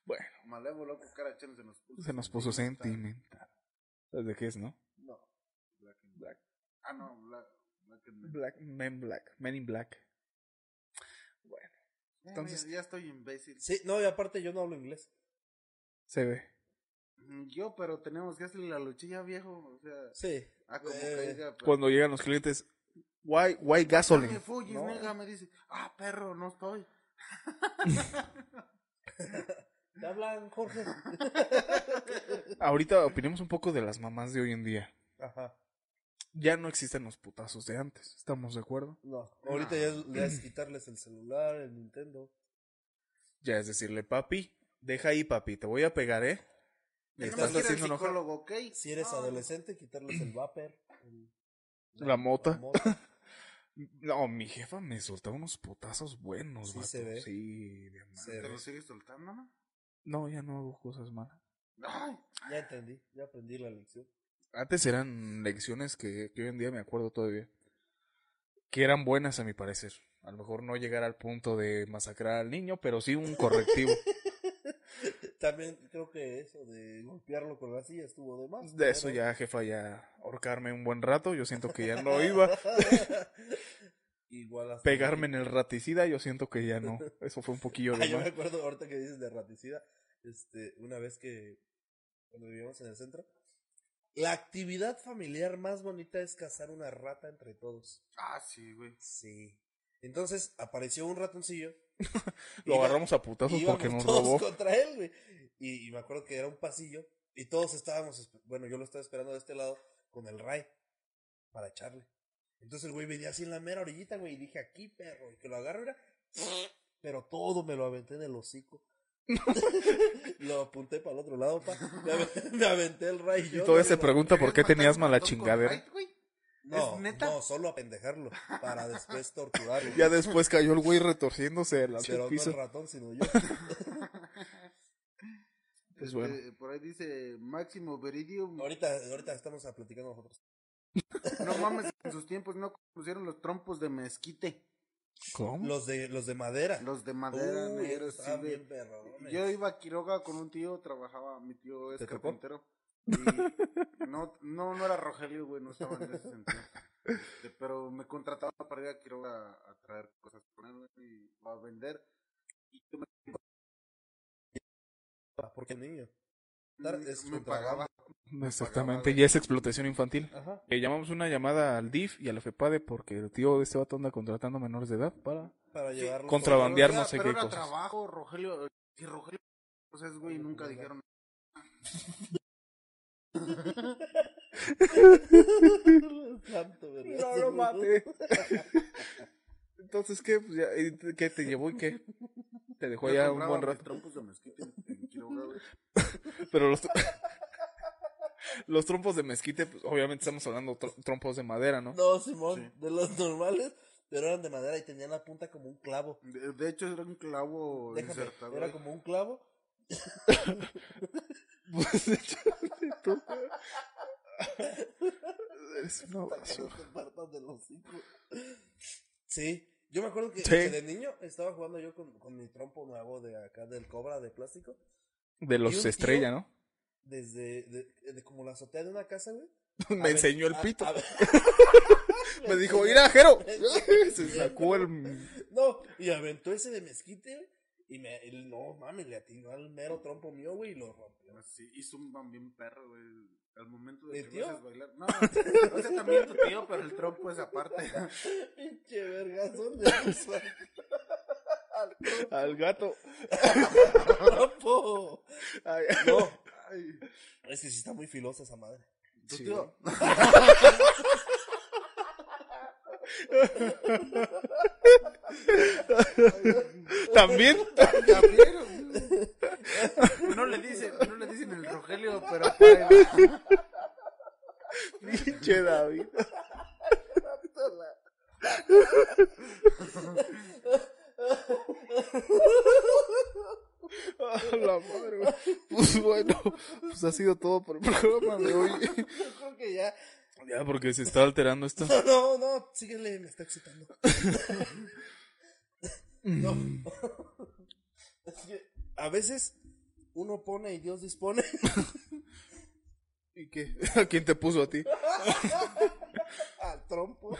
[SPEAKER 2] Bueno,
[SPEAKER 3] Malévolo, cucarachón, se nos puso.
[SPEAKER 2] se nos puso sentimental. ¿Sabes de qué es, no?
[SPEAKER 4] No.
[SPEAKER 3] Black and
[SPEAKER 2] Black.
[SPEAKER 3] Ah, no, Black, Black and Black.
[SPEAKER 2] Black, Men Black, Men in Black. Bueno, Entonces-
[SPEAKER 3] Entonces, Eh, ya estoy imbécil.
[SPEAKER 4] Sí, no, y aparte yo no hablo inglés.
[SPEAKER 2] Se ve.
[SPEAKER 3] Mm, Yo, pero tenemos que hacerle la luchilla, viejo. O sea,
[SPEAKER 4] Sí.
[SPEAKER 3] a como
[SPEAKER 4] Eh,
[SPEAKER 3] caiga. pero-
[SPEAKER 2] Cuando llegan los clientes, why, why
[SPEAKER 3] Ah,
[SPEAKER 2] gasoline?
[SPEAKER 3] me fuyes,
[SPEAKER 4] No.
[SPEAKER 3] nega, me dice, ah, perro, no estoy.
[SPEAKER 4] ¿Te hablan, Jorge?
[SPEAKER 2] Ahorita opinemos un poco de las mamás de hoy en día.
[SPEAKER 4] Ajá.
[SPEAKER 2] Ya no existen los putazos de antes, ¿estamos de acuerdo?
[SPEAKER 4] (laughs) No, ahorita ya es, ya es quitarles el celular, el Nintendo.
[SPEAKER 2] Ya es decirle, papi, deja ahí, papi, te voy a pegar, ¿eh?
[SPEAKER 4] Ya
[SPEAKER 2] Estás
[SPEAKER 3] Tenemos que ir al
[SPEAKER 2] haciendo enojar.
[SPEAKER 3] psicólogo, ¿ok?
[SPEAKER 4] Si eres
[SPEAKER 3] Ah,
[SPEAKER 4] adolescente, quitarles el vapor. el-
[SPEAKER 2] La mota.
[SPEAKER 4] mota.
[SPEAKER 2] No, mi jefa me soltaba unos putazos buenos,
[SPEAKER 4] Sí
[SPEAKER 2] vato.
[SPEAKER 4] se ve.
[SPEAKER 2] Sí, de madre.
[SPEAKER 4] Se
[SPEAKER 3] ¿Te
[SPEAKER 4] ve.
[SPEAKER 3] lo sigues soltando, no?
[SPEAKER 2] No, ya no hago cosas malas.
[SPEAKER 3] Ay,
[SPEAKER 4] Ya entendí, ya aprendí la lección. (laughs)
[SPEAKER 2] Antes eran lecciones que, que hoy en día me acuerdo todavía. Que eran buenas a mi parecer. A lo mejor no llegar al punto de masacrar al niño, pero sí un
[SPEAKER 4] (laughs)
[SPEAKER 2] correctivo.
[SPEAKER 4] También creo que eso de golpearlo con la silla estuvo de más.
[SPEAKER 2] De eso
[SPEAKER 4] pero- (laughs)
[SPEAKER 2] ya, jefa, ya ahorcarme un buen rato, yo siento que ya no iba.
[SPEAKER 4] Igual hasta-
[SPEAKER 2] Pegarme en el raticida, yo siento que ya no. Eso fue un
[SPEAKER 4] (laughs)
[SPEAKER 2] poquillo
[SPEAKER 4] Ah,
[SPEAKER 2] de
[SPEAKER 4] yo me
[SPEAKER 2] más.
[SPEAKER 4] acuerdo ahorita que dices de raticida, este, una vez que cuando vivíamos en el centro, la actividad familiar más bonita es cazar una rata entre todos.
[SPEAKER 3] ah, sí, güey.
[SPEAKER 4] Sí. Entonces apareció un ratoncillo.
[SPEAKER 2] (laughs) Lo
[SPEAKER 4] Iba-
[SPEAKER 2] agarramos a putazos
[SPEAKER 4] íbamos
[SPEAKER 2] porque nos
[SPEAKER 4] todos
[SPEAKER 2] robó.
[SPEAKER 4] contra él, güey. Y, y me acuerdo que era un pasillo y todos estábamos, esp- bueno, yo lo estaba esperando de este lado con el Ray para echarle. Entonces el güey venía así en la mera orillita, güey, y dije, aquí, perro, y que lo agarro, era... Pero todo me lo aventé en el
[SPEAKER 2] (laughs)
[SPEAKER 4] hocico. lo apunté para el otro lado, pa. Me, ave- (laughs) me aventé el Ray y yo.
[SPEAKER 2] Y todavía
[SPEAKER 4] güey,
[SPEAKER 2] se
[SPEAKER 4] lo-
[SPEAKER 2] pregunta por qué
[SPEAKER 3] ¿Querías
[SPEAKER 2] tenías
[SPEAKER 3] matar un
[SPEAKER 2] mala
[SPEAKER 3] ratón con
[SPEAKER 2] chingadera.
[SPEAKER 3] Hyde, güey?
[SPEAKER 4] No,
[SPEAKER 3] ¿Es neta? (laughs)
[SPEAKER 4] no, solo apendejarlo, para
[SPEAKER 2] (laughs)
[SPEAKER 4] después torturarlo.
[SPEAKER 2] Ya después cayó el güey retorciéndose al
[SPEAKER 4] pero no
[SPEAKER 2] piso.
[SPEAKER 4] el ratón, sino yo.
[SPEAKER 2] Pues
[SPEAKER 3] Este,
[SPEAKER 2] bueno.
[SPEAKER 3] por ahí dice Máximo Veridium.
[SPEAKER 4] Ahorita, ahorita estamos a platicando nosotros.
[SPEAKER 3] No mames, en sus tiempos no pusieron los trompos de mezquite,
[SPEAKER 2] ¿Cómo?
[SPEAKER 4] Los de, los de madera.
[SPEAKER 3] los de madera
[SPEAKER 4] Uy,
[SPEAKER 3] negra,
[SPEAKER 4] esos
[SPEAKER 3] así
[SPEAKER 4] estaban
[SPEAKER 3] de-
[SPEAKER 4] bien perrones.
[SPEAKER 3] Yo iba a Quiroga con un tío, trabajaba, mi tío es
[SPEAKER 4] ¿Te tocó?
[SPEAKER 3] carpintero. y no, no, no era Rogelio, güey, no estaba en ese sentido. Este, pero me contrataba para ir a Quiroga a, a traer cosas con él, güey, y a vender. Y yo me,
[SPEAKER 4] Porque niño. Dar- es
[SPEAKER 3] me
[SPEAKER 4] contrabando.
[SPEAKER 3] pagaba.
[SPEAKER 2] Exactamente, ya es explotación infantil.
[SPEAKER 4] Ajá.
[SPEAKER 2] Eh, llamamos una llamada al DIF y a la FEPADE porque el tío de este vato anda contratando menores de edad para...
[SPEAKER 4] Para llevarlo.
[SPEAKER 2] contrabando. Contrabandear
[SPEAKER 3] Pero
[SPEAKER 2] no
[SPEAKER 3] era-
[SPEAKER 2] sé
[SPEAKER 3] pero
[SPEAKER 2] qué
[SPEAKER 3] era
[SPEAKER 2] cosas.
[SPEAKER 3] trabajo, Rogelio. eh, Si Rogelio, pues güey, nunca dijeron.
[SPEAKER 4] (laughs) Santo, ¿verdad?
[SPEAKER 2] Entonces, ¿qué? Pues ya, ¿y ¿Qué te llevó y qué? Te
[SPEAKER 4] (laughs)
[SPEAKER 2] dejó
[SPEAKER 3] Yo
[SPEAKER 2] ya un
[SPEAKER 3] compraba
[SPEAKER 2] buen
[SPEAKER 3] mis
[SPEAKER 2] rato.
[SPEAKER 3] trompos de mezquite en- en Quiroga, güey.
[SPEAKER 2] Pero los, tr- (laughs) los trompos de mezquite, pues, obviamente estamos hablando tr- trompos de madera, ¿no?
[SPEAKER 4] No, Simón,
[SPEAKER 3] Sí.
[SPEAKER 4] de los normales, pero eran de madera y tenían la punta como un clavo.
[SPEAKER 3] De, de hecho, era un clavo
[SPEAKER 4] Déjame,
[SPEAKER 3] insertado.
[SPEAKER 4] era
[SPEAKER 3] ahí.
[SPEAKER 4] como un clavo.
[SPEAKER 2] (laughs) Pues échate tú.
[SPEAKER 4] (laughs)
[SPEAKER 2] Eres una
[SPEAKER 4] para que no
[SPEAKER 2] basura.
[SPEAKER 4] te partas del hocico. Sí, yo me acuerdo que,
[SPEAKER 2] Sí.
[SPEAKER 4] que de niño estaba jugando yo con, con mi trompo nuevo de acá del cobra de plástico.
[SPEAKER 2] De
[SPEAKER 4] ¿Y un
[SPEAKER 2] los
[SPEAKER 4] tío?
[SPEAKER 2] estrella, ¿no?
[SPEAKER 4] Desde de- de como la azotea de una casa, güey.
[SPEAKER 2] (laughs) (laughs) Me enseñó el
[SPEAKER 4] A-
[SPEAKER 2] pito.
[SPEAKER 4] a ver.
[SPEAKER 2] (laughs)
[SPEAKER 4] (laughs)
[SPEAKER 2] Me dijo, mira, Jero. (laughs)
[SPEAKER 4] Me
[SPEAKER 2] Se
[SPEAKER 4] enseñó el
[SPEAKER 2] sacó el...
[SPEAKER 4] No, y aventó ese de mezquite, güey, Y me, el- no mames, le atinó al mero trompo mío, güey, y lo rompió. (laughs)
[SPEAKER 3] Ah, Sí, y zumban bien perro, güey. Al momento
[SPEAKER 4] ¿Mi
[SPEAKER 3] de que
[SPEAKER 4] tío?
[SPEAKER 3] lo haces bailar. No, o sea, también tu tío, pero el trompo es aparte.
[SPEAKER 4] Pinche vergazón de risa. al
[SPEAKER 2] Al gato.
[SPEAKER 4] trompo.
[SPEAKER 2] Ay,
[SPEAKER 4] No,
[SPEAKER 3] Ay,
[SPEAKER 4] es que sí está muy filosa esa madre. (laughs)
[SPEAKER 3] tu
[SPEAKER 2] Sí, (laughs)
[SPEAKER 3] tío. (laughs)
[SPEAKER 2] También.
[SPEAKER 3] También. güey. No le dicen, no le dicen el Rogelio, pero por ahí va.
[SPEAKER 2] Pinche David. Ah, (laughs) la madre, güey. Pues bueno, pues ha sido todo por el programa de hoy.
[SPEAKER 4] Yo creo que ya.
[SPEAKER 2] (laughs) Ya, porque se está alterando esto.
[SPEAKER 4] No, no, no, síguele, me está excitando.
[SPEAKER 2] Mm.
[SPEAKER 4] no. es que a veces uno pone y Dios dispone. (laughs)
[SPEAKER 2] ¿Y qué? (laughs) ¿A quién te puso a ti?
[SPEAKER 4] Al trompo.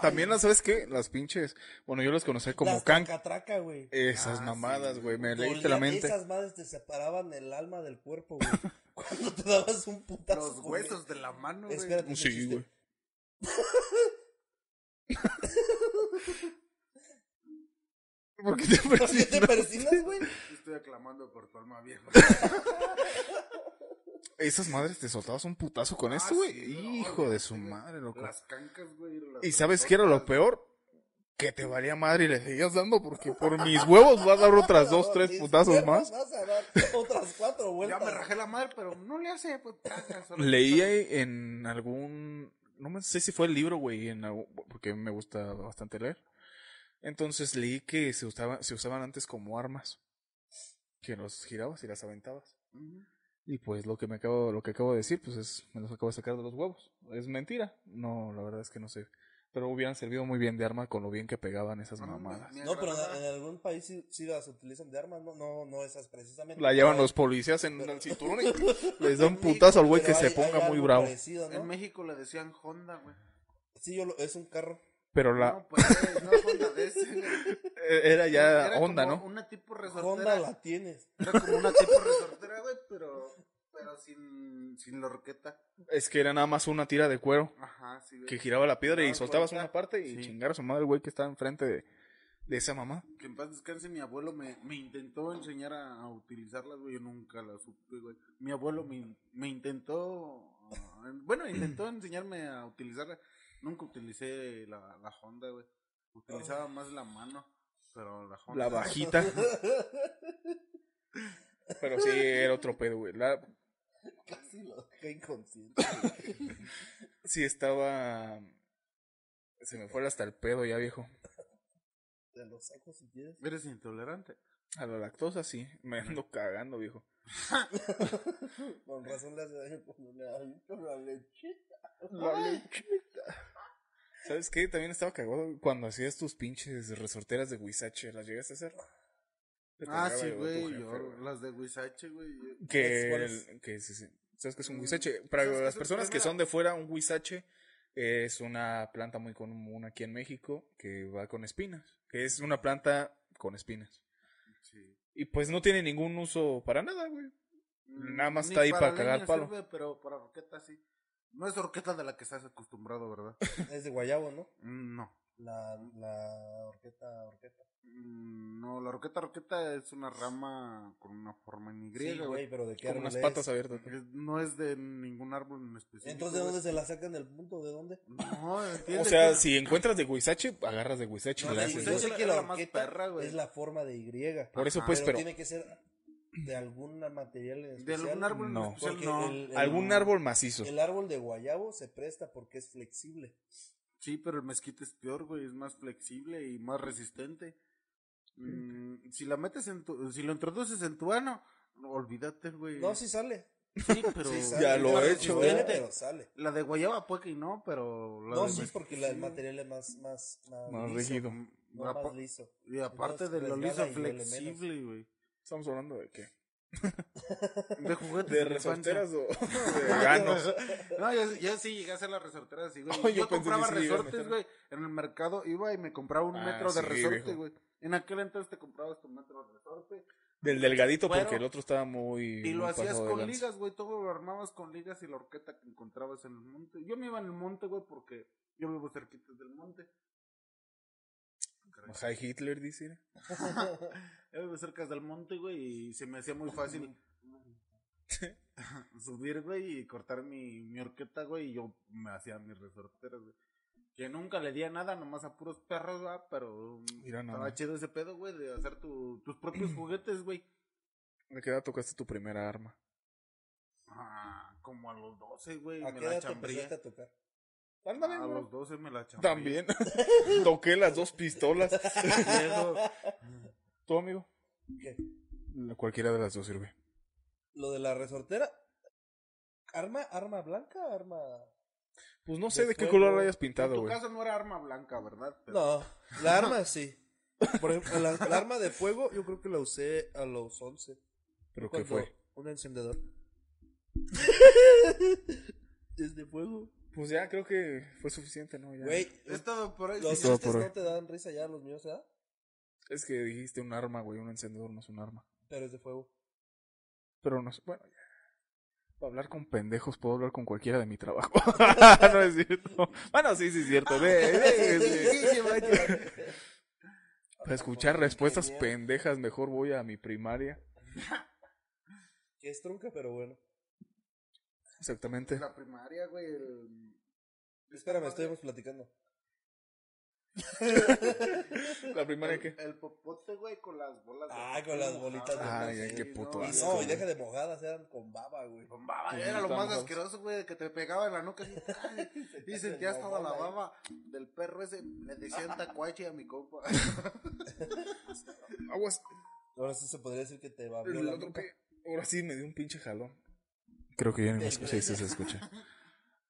[SPEAKER 2] También las, ¿sabes qué? Las pinches. Bueno, yo las conocía como
[SPEAKER 4] Las
[SPEAKER 2] can.
[SPEAKER 4] cacatraca, güey.
[SPEAKER 2] Esas
[SPEAKER 3] Ah,
[SPEAKER 2] mamadas,
[SPEAKER 3] sí.
[SPEAKER 2] güey. Me
[SPEAKER 4] Dolía-
[SPEAKER 2] leíste la mente.
[SPEAKER 4] Esas madres te separaban el alma del cuerpo, güey.
[SPEAKER 2] (laughs)
[SPEAKER 4] Cuando te dabas un putazo.
[SPEAKER 3] Los
[SPEAKER 4] güey.
[SPEAKER 3] huesos de la mano, güey.
[SPEAKER 4] Espérate, ese
[SPEAKER 2] Sí,
[SPEAKER 4] chiste.
[SPEAKER 2] güey. (laughs) ¿Por qué te
[SPEAKER 4] ¿Por qué te
[SPEAKER 2] persino?
[SPEAKER 4] persinas, güey?
[SPEAKER 3] Estoy aclamando por tu alma vieja.
[SPEAKER 2] Esas madres te soltabas un putazo con
[SPEAKER 3] Ah,
[SPEAKER 2] esto, güey.
[SPEAKER 3] sí, no,
[SPEAKER 2] Hijo
[SPEAKER 3] güey,
[SPEAKER 2] de su
[SPEAKER 3] sí, güey.
[SPEAKER 2] madre, loco.
[SPEAKER 3] Las cancas, güey. las
[SPEAKER 2] ¿Y sabes qué era lo
[SPEAKER 3] tortas.
[SPEAKER 2] peor? Que te valía madre y le seguías dando porque por mis huevos vas a dar otras
[SPEAKER 3] (laughs)
[SPEAKER 2] dos, tres
[SPEAKER 4] Mis
[SPEAKER 2] putazos más.
[SPEAKER 4] piernas Vas a dar otras cuatro
[SPEAKER 3] Ya
[SPEAKER 4] vueltas.
[SPEAKER 3] me rajé la madre, pero no le hace, pues, caca, solo-
[SPEAKER 2] Leía en algún. No me sé si fue el libro, güey, en algún- porque me gusta bastante leer. Entonces leí que se, usaba, se usaban antes como armas. Que los girabas y las aventabas.
[SPEAKER 3] Ujú.
[SPEAKER 2] Y pues lo que me acabo, lo que acabo de decir, pues es, me los acabo de sacar de los huevos. Es mentira. No, la verdad es que no sé. Pero hubieran servido muy bien de arma con lo bien que pegaban esas
[SPEAKER 3] No, no,
[SPEAKER 2] mamadas.
[SPEAKER 3] ni
[SPEAKER 4] No, pero
[SPEAKER 3] agradaba.
[SPEAKER 4] en algún país sí, sí las utilizan de armas, no, no, no esas precisamente.
[SPEAKER 2] La llevan
[SPEAKER 4] Pero-
[SPEAKER 2] los policías en el cinturón
[SPEAKER 3] (laughs)
[SPEAKER 2] y les dan
[SPEAKER 3] dan
[SPEAKER 2] putazo
[SPEAKER 3] putazo
[SPEAKER 2] al güey
[SPEAKER 4] pero
[SPEAKER 2] que se
[SPEAKER 4] hay- hay
[SPEAKER 2] ponga muy
[SPEAKER 4] algo
[SPEAKER 2] bravo.
[SPEAKER 4] parecido, ¿no?
[SPEAKER 3] En México le decían Honda, güey.
[SPEAKER 4] Sí, yo lo- es un carro.
[SPEAKER 2] Pero la
[SPEAKER 3] No, pues, no Honda de ese, güey.
[SPEAKER 2] eh, era ya
[SPEAKER 3] Era
[SPEAKER 2] onda,
[SPEAKER 3] como
[SPEAKER 2] ¿no?
[SPEAKER 3] Una tipo
[SPEAKER 4] Honda
[SPEAKER 3] resortera.
[SPEAKER 4] la tienes.
[SPEAKER 3] (laughs)
[SPEAKER 4] (laughs)
[SPEAKER 3] Era como una tipo resortera, güey, pero, pero sin, sin la horqueta.
[SPEAKER 2] Es que era nada más una tira de cuero
[SPEAKER 3] Ajá, sí, güey.
[SPEAKER 2] que giraba la piedra y
[SPEAKER 3] Ah,
[SPEAKER 2] soltabas
[SPEAKER 3] correcta.
[SPEAKER 2] una parte y
[SPEAKER 3] Sí.
[SPEAKER 2] chingar a su madre el güey que estaba enfrente de, de esa mamá.
[SPEAKER 3] Que en paz descanse, mi abuelo me, me intentó enseñar a, a utilizarlas, güey. Yo nunca las supe, güey. Mi abuelo me, me intentó. (laughs) ah, bueno, intentó enseñarme a utilizarla. Nunca utilicé la, la Honda, güey. Utilizaba más la mano, pero la Honda.
[SPEAKER 2] La
[SPEAKER 3] (laughs)
[SPEAKER 2] bajita. Pero sí, era otro pedo, güey. La-
[SPEAKER 4] Casi lo dejé inconsciente.
[SPEAKER 2] sí estaba... Se me fue hasta el pedo ya, viejo.
[SPEAKER 4] Te lo saco si quieres. (laughs)
[SPEAKER 3] Eres intolerante.
[SPEAKER 2] A la lactosa sí, me ando cagando, viejo.
[SPEAKER 4] Con razón le hace daño cuando le da- con la leche.
[SPEAKER 2] ¿Sabes qué? También estaba cagado cuando hacías tus pinches resorteras de huizache. ¿Las llegaste a hacer? Te pegaba
[SPEAKER 3] Ah, sí,
[SPEAKER 2] yo a tu
[SPEAKER 3] güey.
[SPEAKER 2] jefe,
[SPEAKER 3] yo- las de Huizache, güey. yo-
[SPEAKER 2] Que,
[SPEAKER 4] ¿Cuál es?
[SPEAKER 2] el- que sí, sí. ¿Sabes qué es un
[SPEAKER 3] Mm,
[SPEAKER 2] huizache?
[SPEAKER 3] ¿sabes
[SPEAKER 2] Para
[SPEAKER 3] qué
[SPEAKER 2] las
[SPEAKER 3] es?
[SPEAKER 2] personas que
[SPEAKER 3] Primera-
[SPEAKER 2] son de fuera, un huizache es una planta muy común aquí en México que va con espinas. Que es una planta con espinas.
[SPEAKER 3] Sí.
[SPEAKER 2] Y pues no tiene ningún uso para nada, güey.
[SPEAKER 3] Mm,
[SPEAKER 2] Nada más está ahí para cagar
[SPEAKER 3] leña
[SPEAKER 2] palo.
[SPEAKER 3] sirve, pero para horqueta sí. No es horqueta de la que estás acostumbrado,
[SPEAKER 2] (laughs)
[SPEAKER 3] ¿verdad?
[SPEAKER 4] Es de guayabo, ¿no?
[SPEAKER 3] Mm, no.
[SPEAKER 4] La, la horqueta, horqueta.
[SPEAKER 3] Mm, No, la roqueta roqueta es una rama con una forma en Y,
[SPEAKER 4] Sí,
[SPEAKER 3] güey.
[SPEAKER 4] güey, pero de qué
[SPEAKER 2] Con unas
[SPEAKER 4] árbol
[SPEAKER 2] patas
[SPEAKER 4] es?
[SPEAKER 2] abiertas.
[SPEAKER 3] Es- No es de ningún árbol en específico.
[SPEAKER 4] Entonces, ¿de dónde
[SPEAKER 3] güey.
[SPEAKER 4] se la sacan el punto? ¿De dónde?
[SPEAKER 3] No,
[SPEAKER 2] O
[SPEAKER 3] ¿entiendes?
[SPEAKER 2] sea, si encuentras de huizache, agarras de huizache
[SPEAKER 4] No,
[SPEAKER 2] y le
[SPEAKER 4] la-
[SPEAKER 3] sí,
[SPEAKER 2] haces.
[SPEAKER 3] sí,
[SPEAKER 4] yo
[SPEAKER 2] dos.
[SPEAKER 3] sí.
[SPEAKER 4] sé
[SPEAKER 3] la-
[SPEAKER 4] que
[SPEAKER 3] era
[SPEAKER 4] la
[SPEAKER 3] la más
[SPEAKER 4] horqueta
[SPEAKER 3] perra, güey.
[SPEAKER 4] es la forma de Y.
[SPEAKER 2] Por eso,
[SPEAKER 3] Ajá,
[SPEAKER 2] pues,
[SPEAKER 4] pero,
[SPEAKER 2] pero.
[SPEAKER 4] tiene que ser de algún material en
[SPEAKER 3] De
[SPEAKER 4] especial.
[SPEAKER 3] algún árbol en
[SPEAKER 2] No.
[SPEAKER 3] especial,
[SPEAKER 4] Porque
[SPEAKER 3] no.
[SPEAKER 4] el-
[SPEAKER 2] Algún árbol macizo.
[SPEAKER 4] El árbol de guayabo se presta porque es flexible.
[SPEAKER 3] Sí, pero el mezquite es peor, güey. Es más flexible y más resistente. Mm, si la metes en tu... Si lo introduces en tu ano, olvídate, güey.
[SPEAKER 4] No, si sale.
[SPEAKER 3] Sí, (laughs) pero...
[SPEAKER 4] Sí sale.
[SPEAKER 2] Ya lo
[SPEAKER 3] Más
[SPEAKER 2] he hecho, ¿eh? güey.
[SPEAKER 4] Duele,
[SPEAKER 3] resistente.
[SPEAKER 4] pero sale.
[SPEAKER 3] La de guayaba puede que no, pero... la
[SPEAKER 4] No,
[SPEAKER 3] ¿eh? de
[SPEAKER 4] sí,
[SPEAKER 3] mezquite
[SPEAKER 4] porque la- el
[SPEAKER 3] sí.
[SPEAKER 4] material es más, más, más,
[SPEAKER 2] Más
[SPEAKER 4] liso,
[SPEAKER 2] rígido.
[SPEAKER 4] no
[SPEAKER 3] La pa-
[SPEAKER 4] más liso.
[SPEAKER 3] Y aparte
[SPEAKER 4] Entonces,
[SPEAKER 3] de lo liso,
[SPEAKER 4] resbala y duele menos.
[SPEAKER 3] flexible, güey.
[SPEAKER 2] Estamos hablando de
[SPEAKER 3] (laughs)
[SPEAKER 2] qué?
[SPEAKER 3] De
[SPEAKER 4] (laughs)
[SPEAKER 3] juguetes.
[SPEAKER 2] De
[SPEAKER 3] la infancia.
[SPEAKER 2] resorteras
[SPEAKER 3] (laughs)
[SPEAKER 2] o de ganos.
[SPEAKER 3] No, yo, yo sí llegué a hacer las
[SPEAKER 2] (laughs)
[SPEAKER 3] resorteras así, güey.
[SPEAKER 2] Oh,
[SPEAKER 3] yo,
[SPEAKER 2] yo pensé que
[SPEAKER 3] compraba
[SPEAKER 2] sí le iba a
[SPEAKER 3] resortes,
[SPEAKER 2] meter.
[SPEAKER 3] güey. En el mercado iba y me compraba un
[SPEAKER 2] Ah,
[SPEAKER 3] metro de
[SPEAKER 2] sí,
[SPEAKER 3] resorte,
[SPEAKER 2] viejo.
[SPEAKER 3] güey. En aquel entonces te comprabas tu metro de resorte.
[SPEAKER 2] Del delgadito
[SPEAKER 3] Bueno,
[SPEAKER 2] porque el otro estaba muy.
[SPEAKER 3] Y lo
[SPEAKER 2] muy
[SPEAKER 3] hacías
[SPEAKER 2] pasado de
[SPEAKER 3] con
[SPEAKER 2] lanza.
[SPEAKER 3] ligas, güey. Todo lo armabas con ligas y la horqueta que encontrabas en el monte. Yo me iba en el monte, güey, porque yo vivo cerquita del monte. Caray.
[SPEAKER 2] High Hitler, dice.
[SPEAKER 3] Yo vivo cerca del monte, güey, y se me hacía muy fácil (laughs) subir, güey, y cortar mi, mi horqueta, güey, y yo me hacía mis resorteras, güey. Que nunca le di a nada, nomás a puros perros, va, pero um,
[SPEAKER 2] Mira nada
[SPEAKER 3] estaba
[SPEAKER 2] más.
[SPEAKER 3] chido ese pedo, güey, de hacer tu- tus
[SPEAKER 4] (clears throat)
[SPEAKER 3] propios juguetes, güey.
[SPEAKER 2] ¿A qué edad tocaste tu primera arma?
[SPEAKER 3] Ah, como a los 12, güey,
[SPEAKER 4] ¿A
[SPEAKER 3] me
[SPEAKER 4] qué
[SPEAKER 3] la
[SPEAKER 4] edad te
[SPEAKER 3] chambré.
[SPEAKER 4] empezaste a tocar?
[SPEAKER 2] Ándale,
[SPEAKER 3] A
[SPEAKER 2] bro.
[SPEAKER 3] los 12 me la
[SPEAKER 2] (laughs)
[SPEAKER 3] chambré.
[SPEAKER 2] También. Toqué las dos pistolas.
[SPEAKER 4] (laughs)
[SPEAKER 3] Luego,
[SPEAKER 2] ¿Tú, amigo?
[SPEAKER 4] ¿Qué?
[SPEAKER 2] La- Cualquiera de las dos sirve.
[SPEAKER 4] Lo de la resortera. ¿Arma, arma blanca? ¿Arma.?
[SPEAKER 2] Pues no sé de,
[SPEAKER 4] De
[SPEAKER 2] qué
[SPEAKER 4] fuego.
[SPEAKER 2] color la hayas
[SPEAKER 3] en
[SPEAKER 2] pintado,
[SPEAKER 3] tu
[SPEAKER 2] güey.
[SPEAKER 3] caso no era arma blanca, ¿verdad? Pero-
[SPEAKER 4] No, la arma sí. Por ejemplo, la, la arma de fuego yo creo que la usé a los 11.
[SPEAKER 2] ¿Pero qué
[SPEAKER 4] Cuando
[SPEAKER 2] fue?
[SPEAKER 4] Un encendedor. (laughs) es de fuego.
[SPEAKER 2] Pues ya creo que fue suficiente, ¿no? Ya.
[SPEAKER 4] Güey,
[SPEAKER 3] Es todo por hoy.
[SPEAKER 4] los
[SPEAKER 3] señor.
[SPEAKER 2] todo
[SPEAKER 4] chistes
[SPEAKER 2] por
[SPEAKER 4] no
[SPEAKER 2] hoy.
[SPEAKER 4] te dan risa ya, los míos, ¿verdad?
[SPEAKER 2] Es que dijiste un arma, güey, un encendedor no es un arma.
[SPEAKER 4] Pero es de fuego.
[SPEAKER 2] Pero no sé, bueno, ya. Para hablar con pendejos puedo hablar con cualquiera de mi trabajo. (laughs) no es cierto. Bueno, sí, (laughs) sí es cierto. Ve, ve, ve. Para escuchar respuestas pendejas mejor voy a mi primaria.
[SPEAKER 4] Que es trunca, pero bueno.
[SPEAKER 2] Exactamente.
[SPEAKER 3] La primaria, güey. el-
[SPEAKER 4] Espérame, estuvimos platicando.
[SPEAKER 2] (laughs) ¿La primaria qué?
[SPEAKER 3] El popote, güey, con las bolas. de
[SPEAKER 4] Ah,
[SPEAKER 3] papel
[SPEAKER 4] con las
[SPEAKER 3] mojadas.
[SPEAKER 4] bolitas de
[SPEAKER 2] Ay, papel. ay, qué
[SPEAKER 3] Sí,
[SPEAKER 2] puto
[SPEAKER 4] Y
[SPEAKER 2] asco,
[SPEAKER 4] no,
[SPEAKER 2] güey.
[SPEAKER 4] y deja de mojadas, eran con baba, güey.
[SPEAKER 3] Con baba,
[SPEAKER 2] Sí,
[SPEAKER 3] era lo
[SPEAKER 2] estamos
[SPEAKER 3] más
[SPEAKER 2] jodidos.
[SPEAKER 3] asqueroso, güey, de que te pegaba en la nuca así, ay,
[SPEAKER 4] (laughs)
[SPEAKER 3] y sentías
[SPEAKER 4] El
[SPEAKER 3] toda la
[SPEAKER 4] mojón,
[SPEAKER 3] baba del perro ese. Le
[SPEAKER 4] (laughs)
[SPEAKER 3] decían tacuache a mi compa.
[SPEAKER 2] Aguas.
[SPEAKER 4] Ahora sí se podría decir que te va
[SPEAKER 2] El
[SPEAKER 4] la
[SPEAKER 2] otro
[SPEAKER 4] boca.
[SPEAKER 2] pie. Ahora sí me dio un pinche jalón. Creo que ya ni me escuché. Sí, sí se escucha.
[SPEAKER 3] (laughs)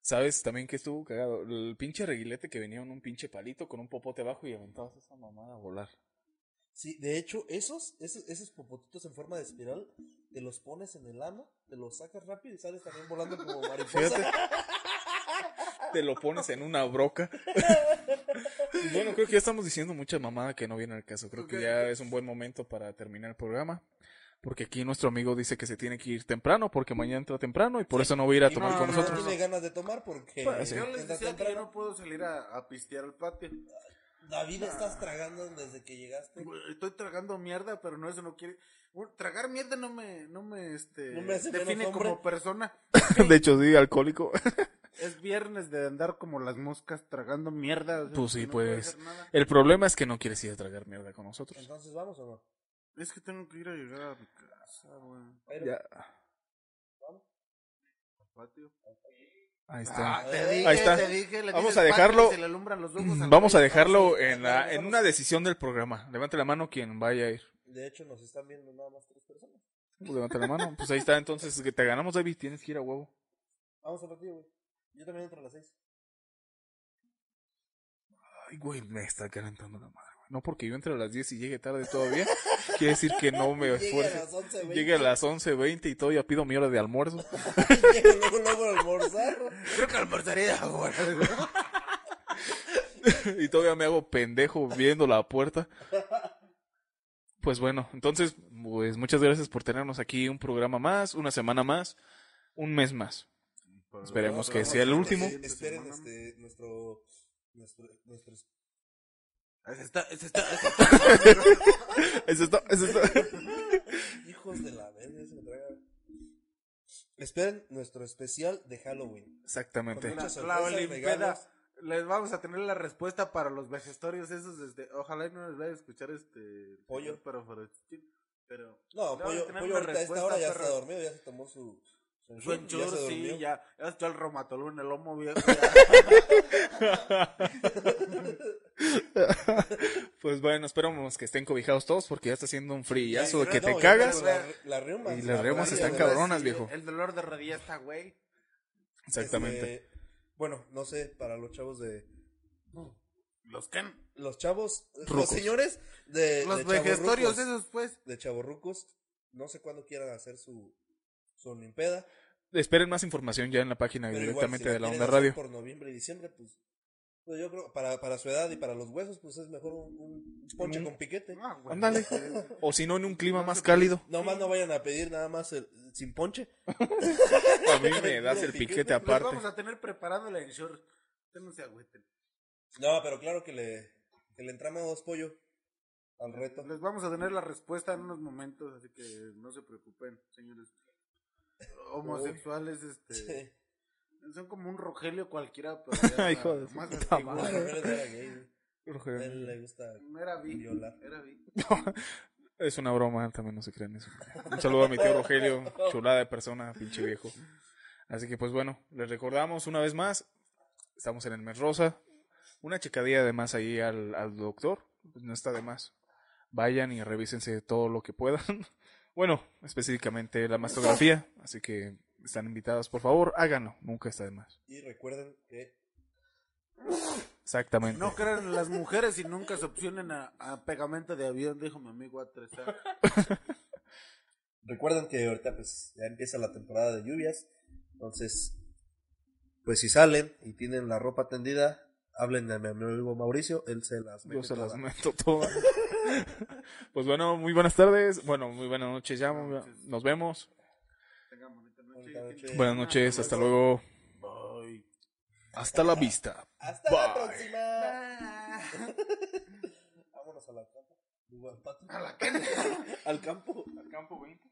[SPEAKER 2] ¿Sabes también que estuvo cagado? El pinche reguilete que venía en un pinche palito con un popote abajo y aventabas esa mamada a volar.
[SPEAKER 4] Sí, de hecho, esos, esos, esos popotitos en forma de espiral, te los pones en el ano, te los sacas rápido y sales también
[SPEAKER 2] (laughs)
[SPEAKER 4] volando
[SPEAKER 3] (laughs)
[SPEAKER 4] como
[SPEAKER 2] Fíjate.
[SPEAKER 4] mariposa.
[SPEAKER 2] Te lo pones en una
[SPEAKER 3] (laughs)
[SPEAKER 2] broca. bueno, creo que ya estamos diciendo mucha mamada que no viene al caso. Creo
[SPEAKER 3] Ok.
[SPEAKER 2] que ya es un buen momento para terminar el programa. Porque aquí nuestro amigo dice que se tiene que ir temprano porque mañana entra temprano y por eso no va a ir a tomar
[SPEAKER 3] no,
[SPEAKER 2] con
[SPEAKER 3] no,
[SPEAKER 2] nosotros.
[SPEAKER 4] No tiene ganas de tomar porque
[SPEAKER 2] Bueno, sí.
[SPEAKER 3] Pues, Yo les
[SPEAKER 4] entra
[SPEAKER 3] decía que yo
[SPEAKER 4] temprano.
[SPEAKER 3] no puedo salir a, a pistear al patio.
[SPEAKER 4] David, estás tragando desde que llegaste.
[SPEAKER 3] Güey, Estoy tragando mierda, pero no, eso no quiere. Bueno, tragar mierda no me, no me, este,
[SPEAKER 4] No me hace
[SPEAKER 3] define
[SPEAKER 4] menos hombre.
[SPEAKER 3] como persona.
[SPEAKER 2] De hecho, sí, alcohólico.
[SPEAKER 3] Es viernes de andar como las moscas tragando mierda. o sea,
[SPEAKER 2] Pues sí,
[SPEAKER 3] no puedo
[SPEAKER 2] pues.
[SPEAKER 3] hacer nada.
[SPEAKER 2] El problema es que no quieres ir a tragar mierda con nosotros.
[SPEAKER 4] Entonces, ¿vamos o no?
[SPEAKER 3] Es que tengo que ir a llegar a mi casa, güey.
[SPEAKER 4] Pero-
[SPEAKER 2] Ya.
[SPEAKER 3] Al patio.
[SPEAKER 2] Ahí está.
[SPEAKER 3] Ah, te dije,
[SPEAKER 2] Ahí está.
[SPEAKER 3] te dije, le
[SPEAKER 2] Vamos
[SPEAKER 3] dices
[SPEAKER 2] a
[SPEAKER 3] patio y
[SPEAKER 2] dejarlo-
[SPEAKER 3] se le alumbran los ojos al
[SPEAKER 2] Vamos a
[SPEAKER 3] güey.
[SPEAKER 2] dejarlo en, la, en una decisión del programa. Levante la mano quien vaya a ir.
[SPEAKER 4] De hecho, nos están viendo nada más tres personas.
[SPEAKER 2] Pues levanta la mano. Pues ahí está. Entonces, que te ganamos, David. Tienes que ir a huevo.
[SPEAKER 4] Vamos al partido, güey. Yo también entro a las seis.
[SPEAKER 2] Ay, güey, me está calentando la madre. güey. No porque yo entre a las 10 y llegue tarde todavía. quiere decir que no me
[SPEAKER 4] Llegué a
[SPEAKER 2] esfuerce.
[SPEAKER 4] las once, güey.
[SPEAKER 2] Llegue a
[SPEAKER 4] (laughs)
[SPEAKER 2] las 11.20 y todavía pido mi hora de almuerzo.
[SPEAKER 4] Llego luego, luego a almorzar.
[SPEAKER 3] Creo que almorzaría ahora.
[SPEAKER 2] (laughs) y todavía me hago pendejo viendo la puerta. Pues bueno, entonces, pues muchas gracias por tenernos aquí un programa más, una semana más, un mes
[SPEAKER 4] (laughs)
[SPEAKER 2] más.
[SPEAKER 3] Pues,
[SPEAKER 2] Esperemos que sea el último.
[SPEAKER 4] Eh, Esperen este, nuestro, nuestro, nuestros-
[SPEAKER 3] Se está, se está, (laughs) se está.
[SPEAKER 2] Eso está, eso está.
[SPEAKER 4] hijos de la verga. se me traga. Esperen nuestro especial de Halloween. Con (laughs)
[SPEAKER 2] Exactamente.
[SPEAKER 4] muchas
[SPEAKER 3] La
[SPEAKER 4] sorpresas,
[SPEAKER 3] Olimpeda.
[SPEAKER 4] regalos.
[SPEAKER 3] Les vamos a tener la respuesta para los vejestorios esos. Este, ojalá y no les vaya a escuchar este.
[SPEAKER 4] Pollo.
[SPEAKER 3] Pero, pero, pero
[SPEAKER 4] No,
[SPEAKER 3] Le vamos
[SPEAKER 4] Pollo,
[SPEAKER 3] a tener
[SPEAKER 4] Pollo
[SPEAKER 3] una
[SPEAKER 4] ahorita a esta
[SPEAKER 3] respuesta,
[SPEAKER 4] hora ya
[SPEAKER 3] perro.
[SPEAKER 4] está dormido, ya se tomó su... Su
[SPEAKER 3] Su enchur,
[SPEAKER 4] enchur, ya se
[SPEAKER 3] sí,
[SPEAKER 4] durmió.
[SPEAKER 3] ya. Ya está el romatolú en el
[SPEAKER 2] (laughs)
[SPEAKER 3] lomo viejo.
[SPEAKER 2] Pues bueno, esperamos que estén cobijados todos porque ya está haciendo un frillazo
[SPEAKER 4] Y
[SPEAKER 2] de
[SPEAKER 4] el-
[SPEAKER 2] que te
[SPEAKER 4] no, y
[SPEAKER 2] cagas.
[SPEAKER 4] la- la riuma,
[SPEAKER 2] Y las
[SPEAKER 4] la
[SPEAKER 2] riumas
[SPEAKER 4] rodilla,
[SPEAKER 2] están
[SPEAKER 4] güey.
[SPEAKER 2] cabrón. cabronas, viejo.
[SPEAKER 3] El dolor de rodilla está, güey.
[SPEAKER 2] Exactamente.
[SPEAKER 4] Este, bueno, no sé, para los chavos de...
[SPEAKER 3] Los can.
[SPEAKER 4] Los chavos... Los
[SPEAKER 2] Rucos.
[SPEAKER 4] señores de...
[SPEAKER 3] Los
[SPEAKER 4] de
[SPEAKER 3] vejestorios
[SPEAKER 4] chavorrucos.
[SPEAKER 3] esos, pues.
[SPEAKER 4] de chavorrucos. No sé cuándo quieran hacer su, su Olimpeda.
[SPEAKER 2] Esperen más información ya en la página
[SPEAKER 4] Pero
[SPEAKER 2] directamente
[SPEAKER 4] igual, si
[SPEAKER 2] de la
[SPEAKER 4] quieren
[SPEAKER 2] Onda
[SPEAKER 4] hacer
[SPEAKER 2] Radio.
[SPEAKER 4] Por noviembre y diciembre, pues. pues yo creo, para, para su edad y para los huesos, pues es mejor un, un ponche
[SPEAKER 2] Un-
[SPEAKER 4] con piquete.
[SPEAKER 3] Ah, güey. (laughs)
[SPEAKER 2] Ándale. O si no, en un clima más
[SPEAKER 4] (laughs)
[SPEAKER 2] cálido.
[SPEAKER 4] Nomás no vayan a pedir nada más el- sin ponche.
[SPEAKER 2] A mí me das el piquete
[SPEAKER 3] Les
[SPEAKER 2] aparte.
[SPEAKER 3] vamos a tener preparado el ensure. Ustedes no se agüiten.
[SPEAKER 4] No, pero claro que le, que le entramos pollo al reto.
[SPEAKER 3] Les vamos a tener la respuesta en unos momentos, así que no se preocupen, señores. Homosexuales, este.
[SPEAKER 4] (laughs) Sí.
[SPEAKER 3] Son como un Rogelio
[SPEAKER 2] (laughs)
[SPEAKER 3] cualquiera, pero. ya
[SPEAKER 2] Hijo de su
[SPEAKER 3] más
[SPEAKER 2] puta
[SPEAKER 3] antiguo.
[SPEAKER 4] Bueno, Rogelio era gay, güey. A
[SPEAKER 2] Rogelio.
[SPEAKER 4] él le gusta.
[SPEAKER 3] Era vi.
[SPEAKER 4] Viola.
[SPEAKER 3] Era vi.
[SPEAKER 2] Es una broma, también no se crean eso. Un saludo a mi tío Rogelio, chulada de persona, pinche viejo. Así que pues bueno, les recordamos una vez más, estamos en el mes rosa. Una checadilla de más ahí al, al doctor, pues no está de más. Vayan y revísense todo lo que puedan. (laughs) Bueno, específicamente la mastografía, así que están invitadas, por favor, háganlo, nunca está de más.
[SPEAKER 4] Y recuerden que.
[SPEAKER 2] Exactamente.
[SPEAKER 3] No crean en las mujeres y nunca se opcionen a, a pegamento de avión, dijo mi amigo A3A.
[SPEAKER 4] Recuerden que ahorita, pues, ya empieza la temporada de lluvias. Entonces, Pues si salen y tienen la ropa tendida, hablen a mi amigo Mauricio, él se las mete
[SPEAKER 2] Yo se las
[SPEAKER 4] todas.
[SPEAKER 2] meto todas. (laughs) pues bueno, muy buenas tardes. Bueno, muy buenas noches ya. muy buena- Nos vemos.
[SPEAKER 3] Tengan bonita noche.
[SPEAKER 4] Bonita noche.
[SPEAKER 3] gente.
[SPEAKER 2] Buenas noches. Hasta luego.
[SPEAKER 3] Bye.
[SPEAKER 2] Hasta la vista.
[SPEAKER 4] Hasta la
[SPEAKER 2] Bye.
[SPEAKER 4] próxima. (laughs) Vámonos a la campo. Digo, al patio.
[SPEAKER 3] A la calle.
[SPEAKER 4] (laughs) Al campo.
[SPEAKER 2] Campo 20.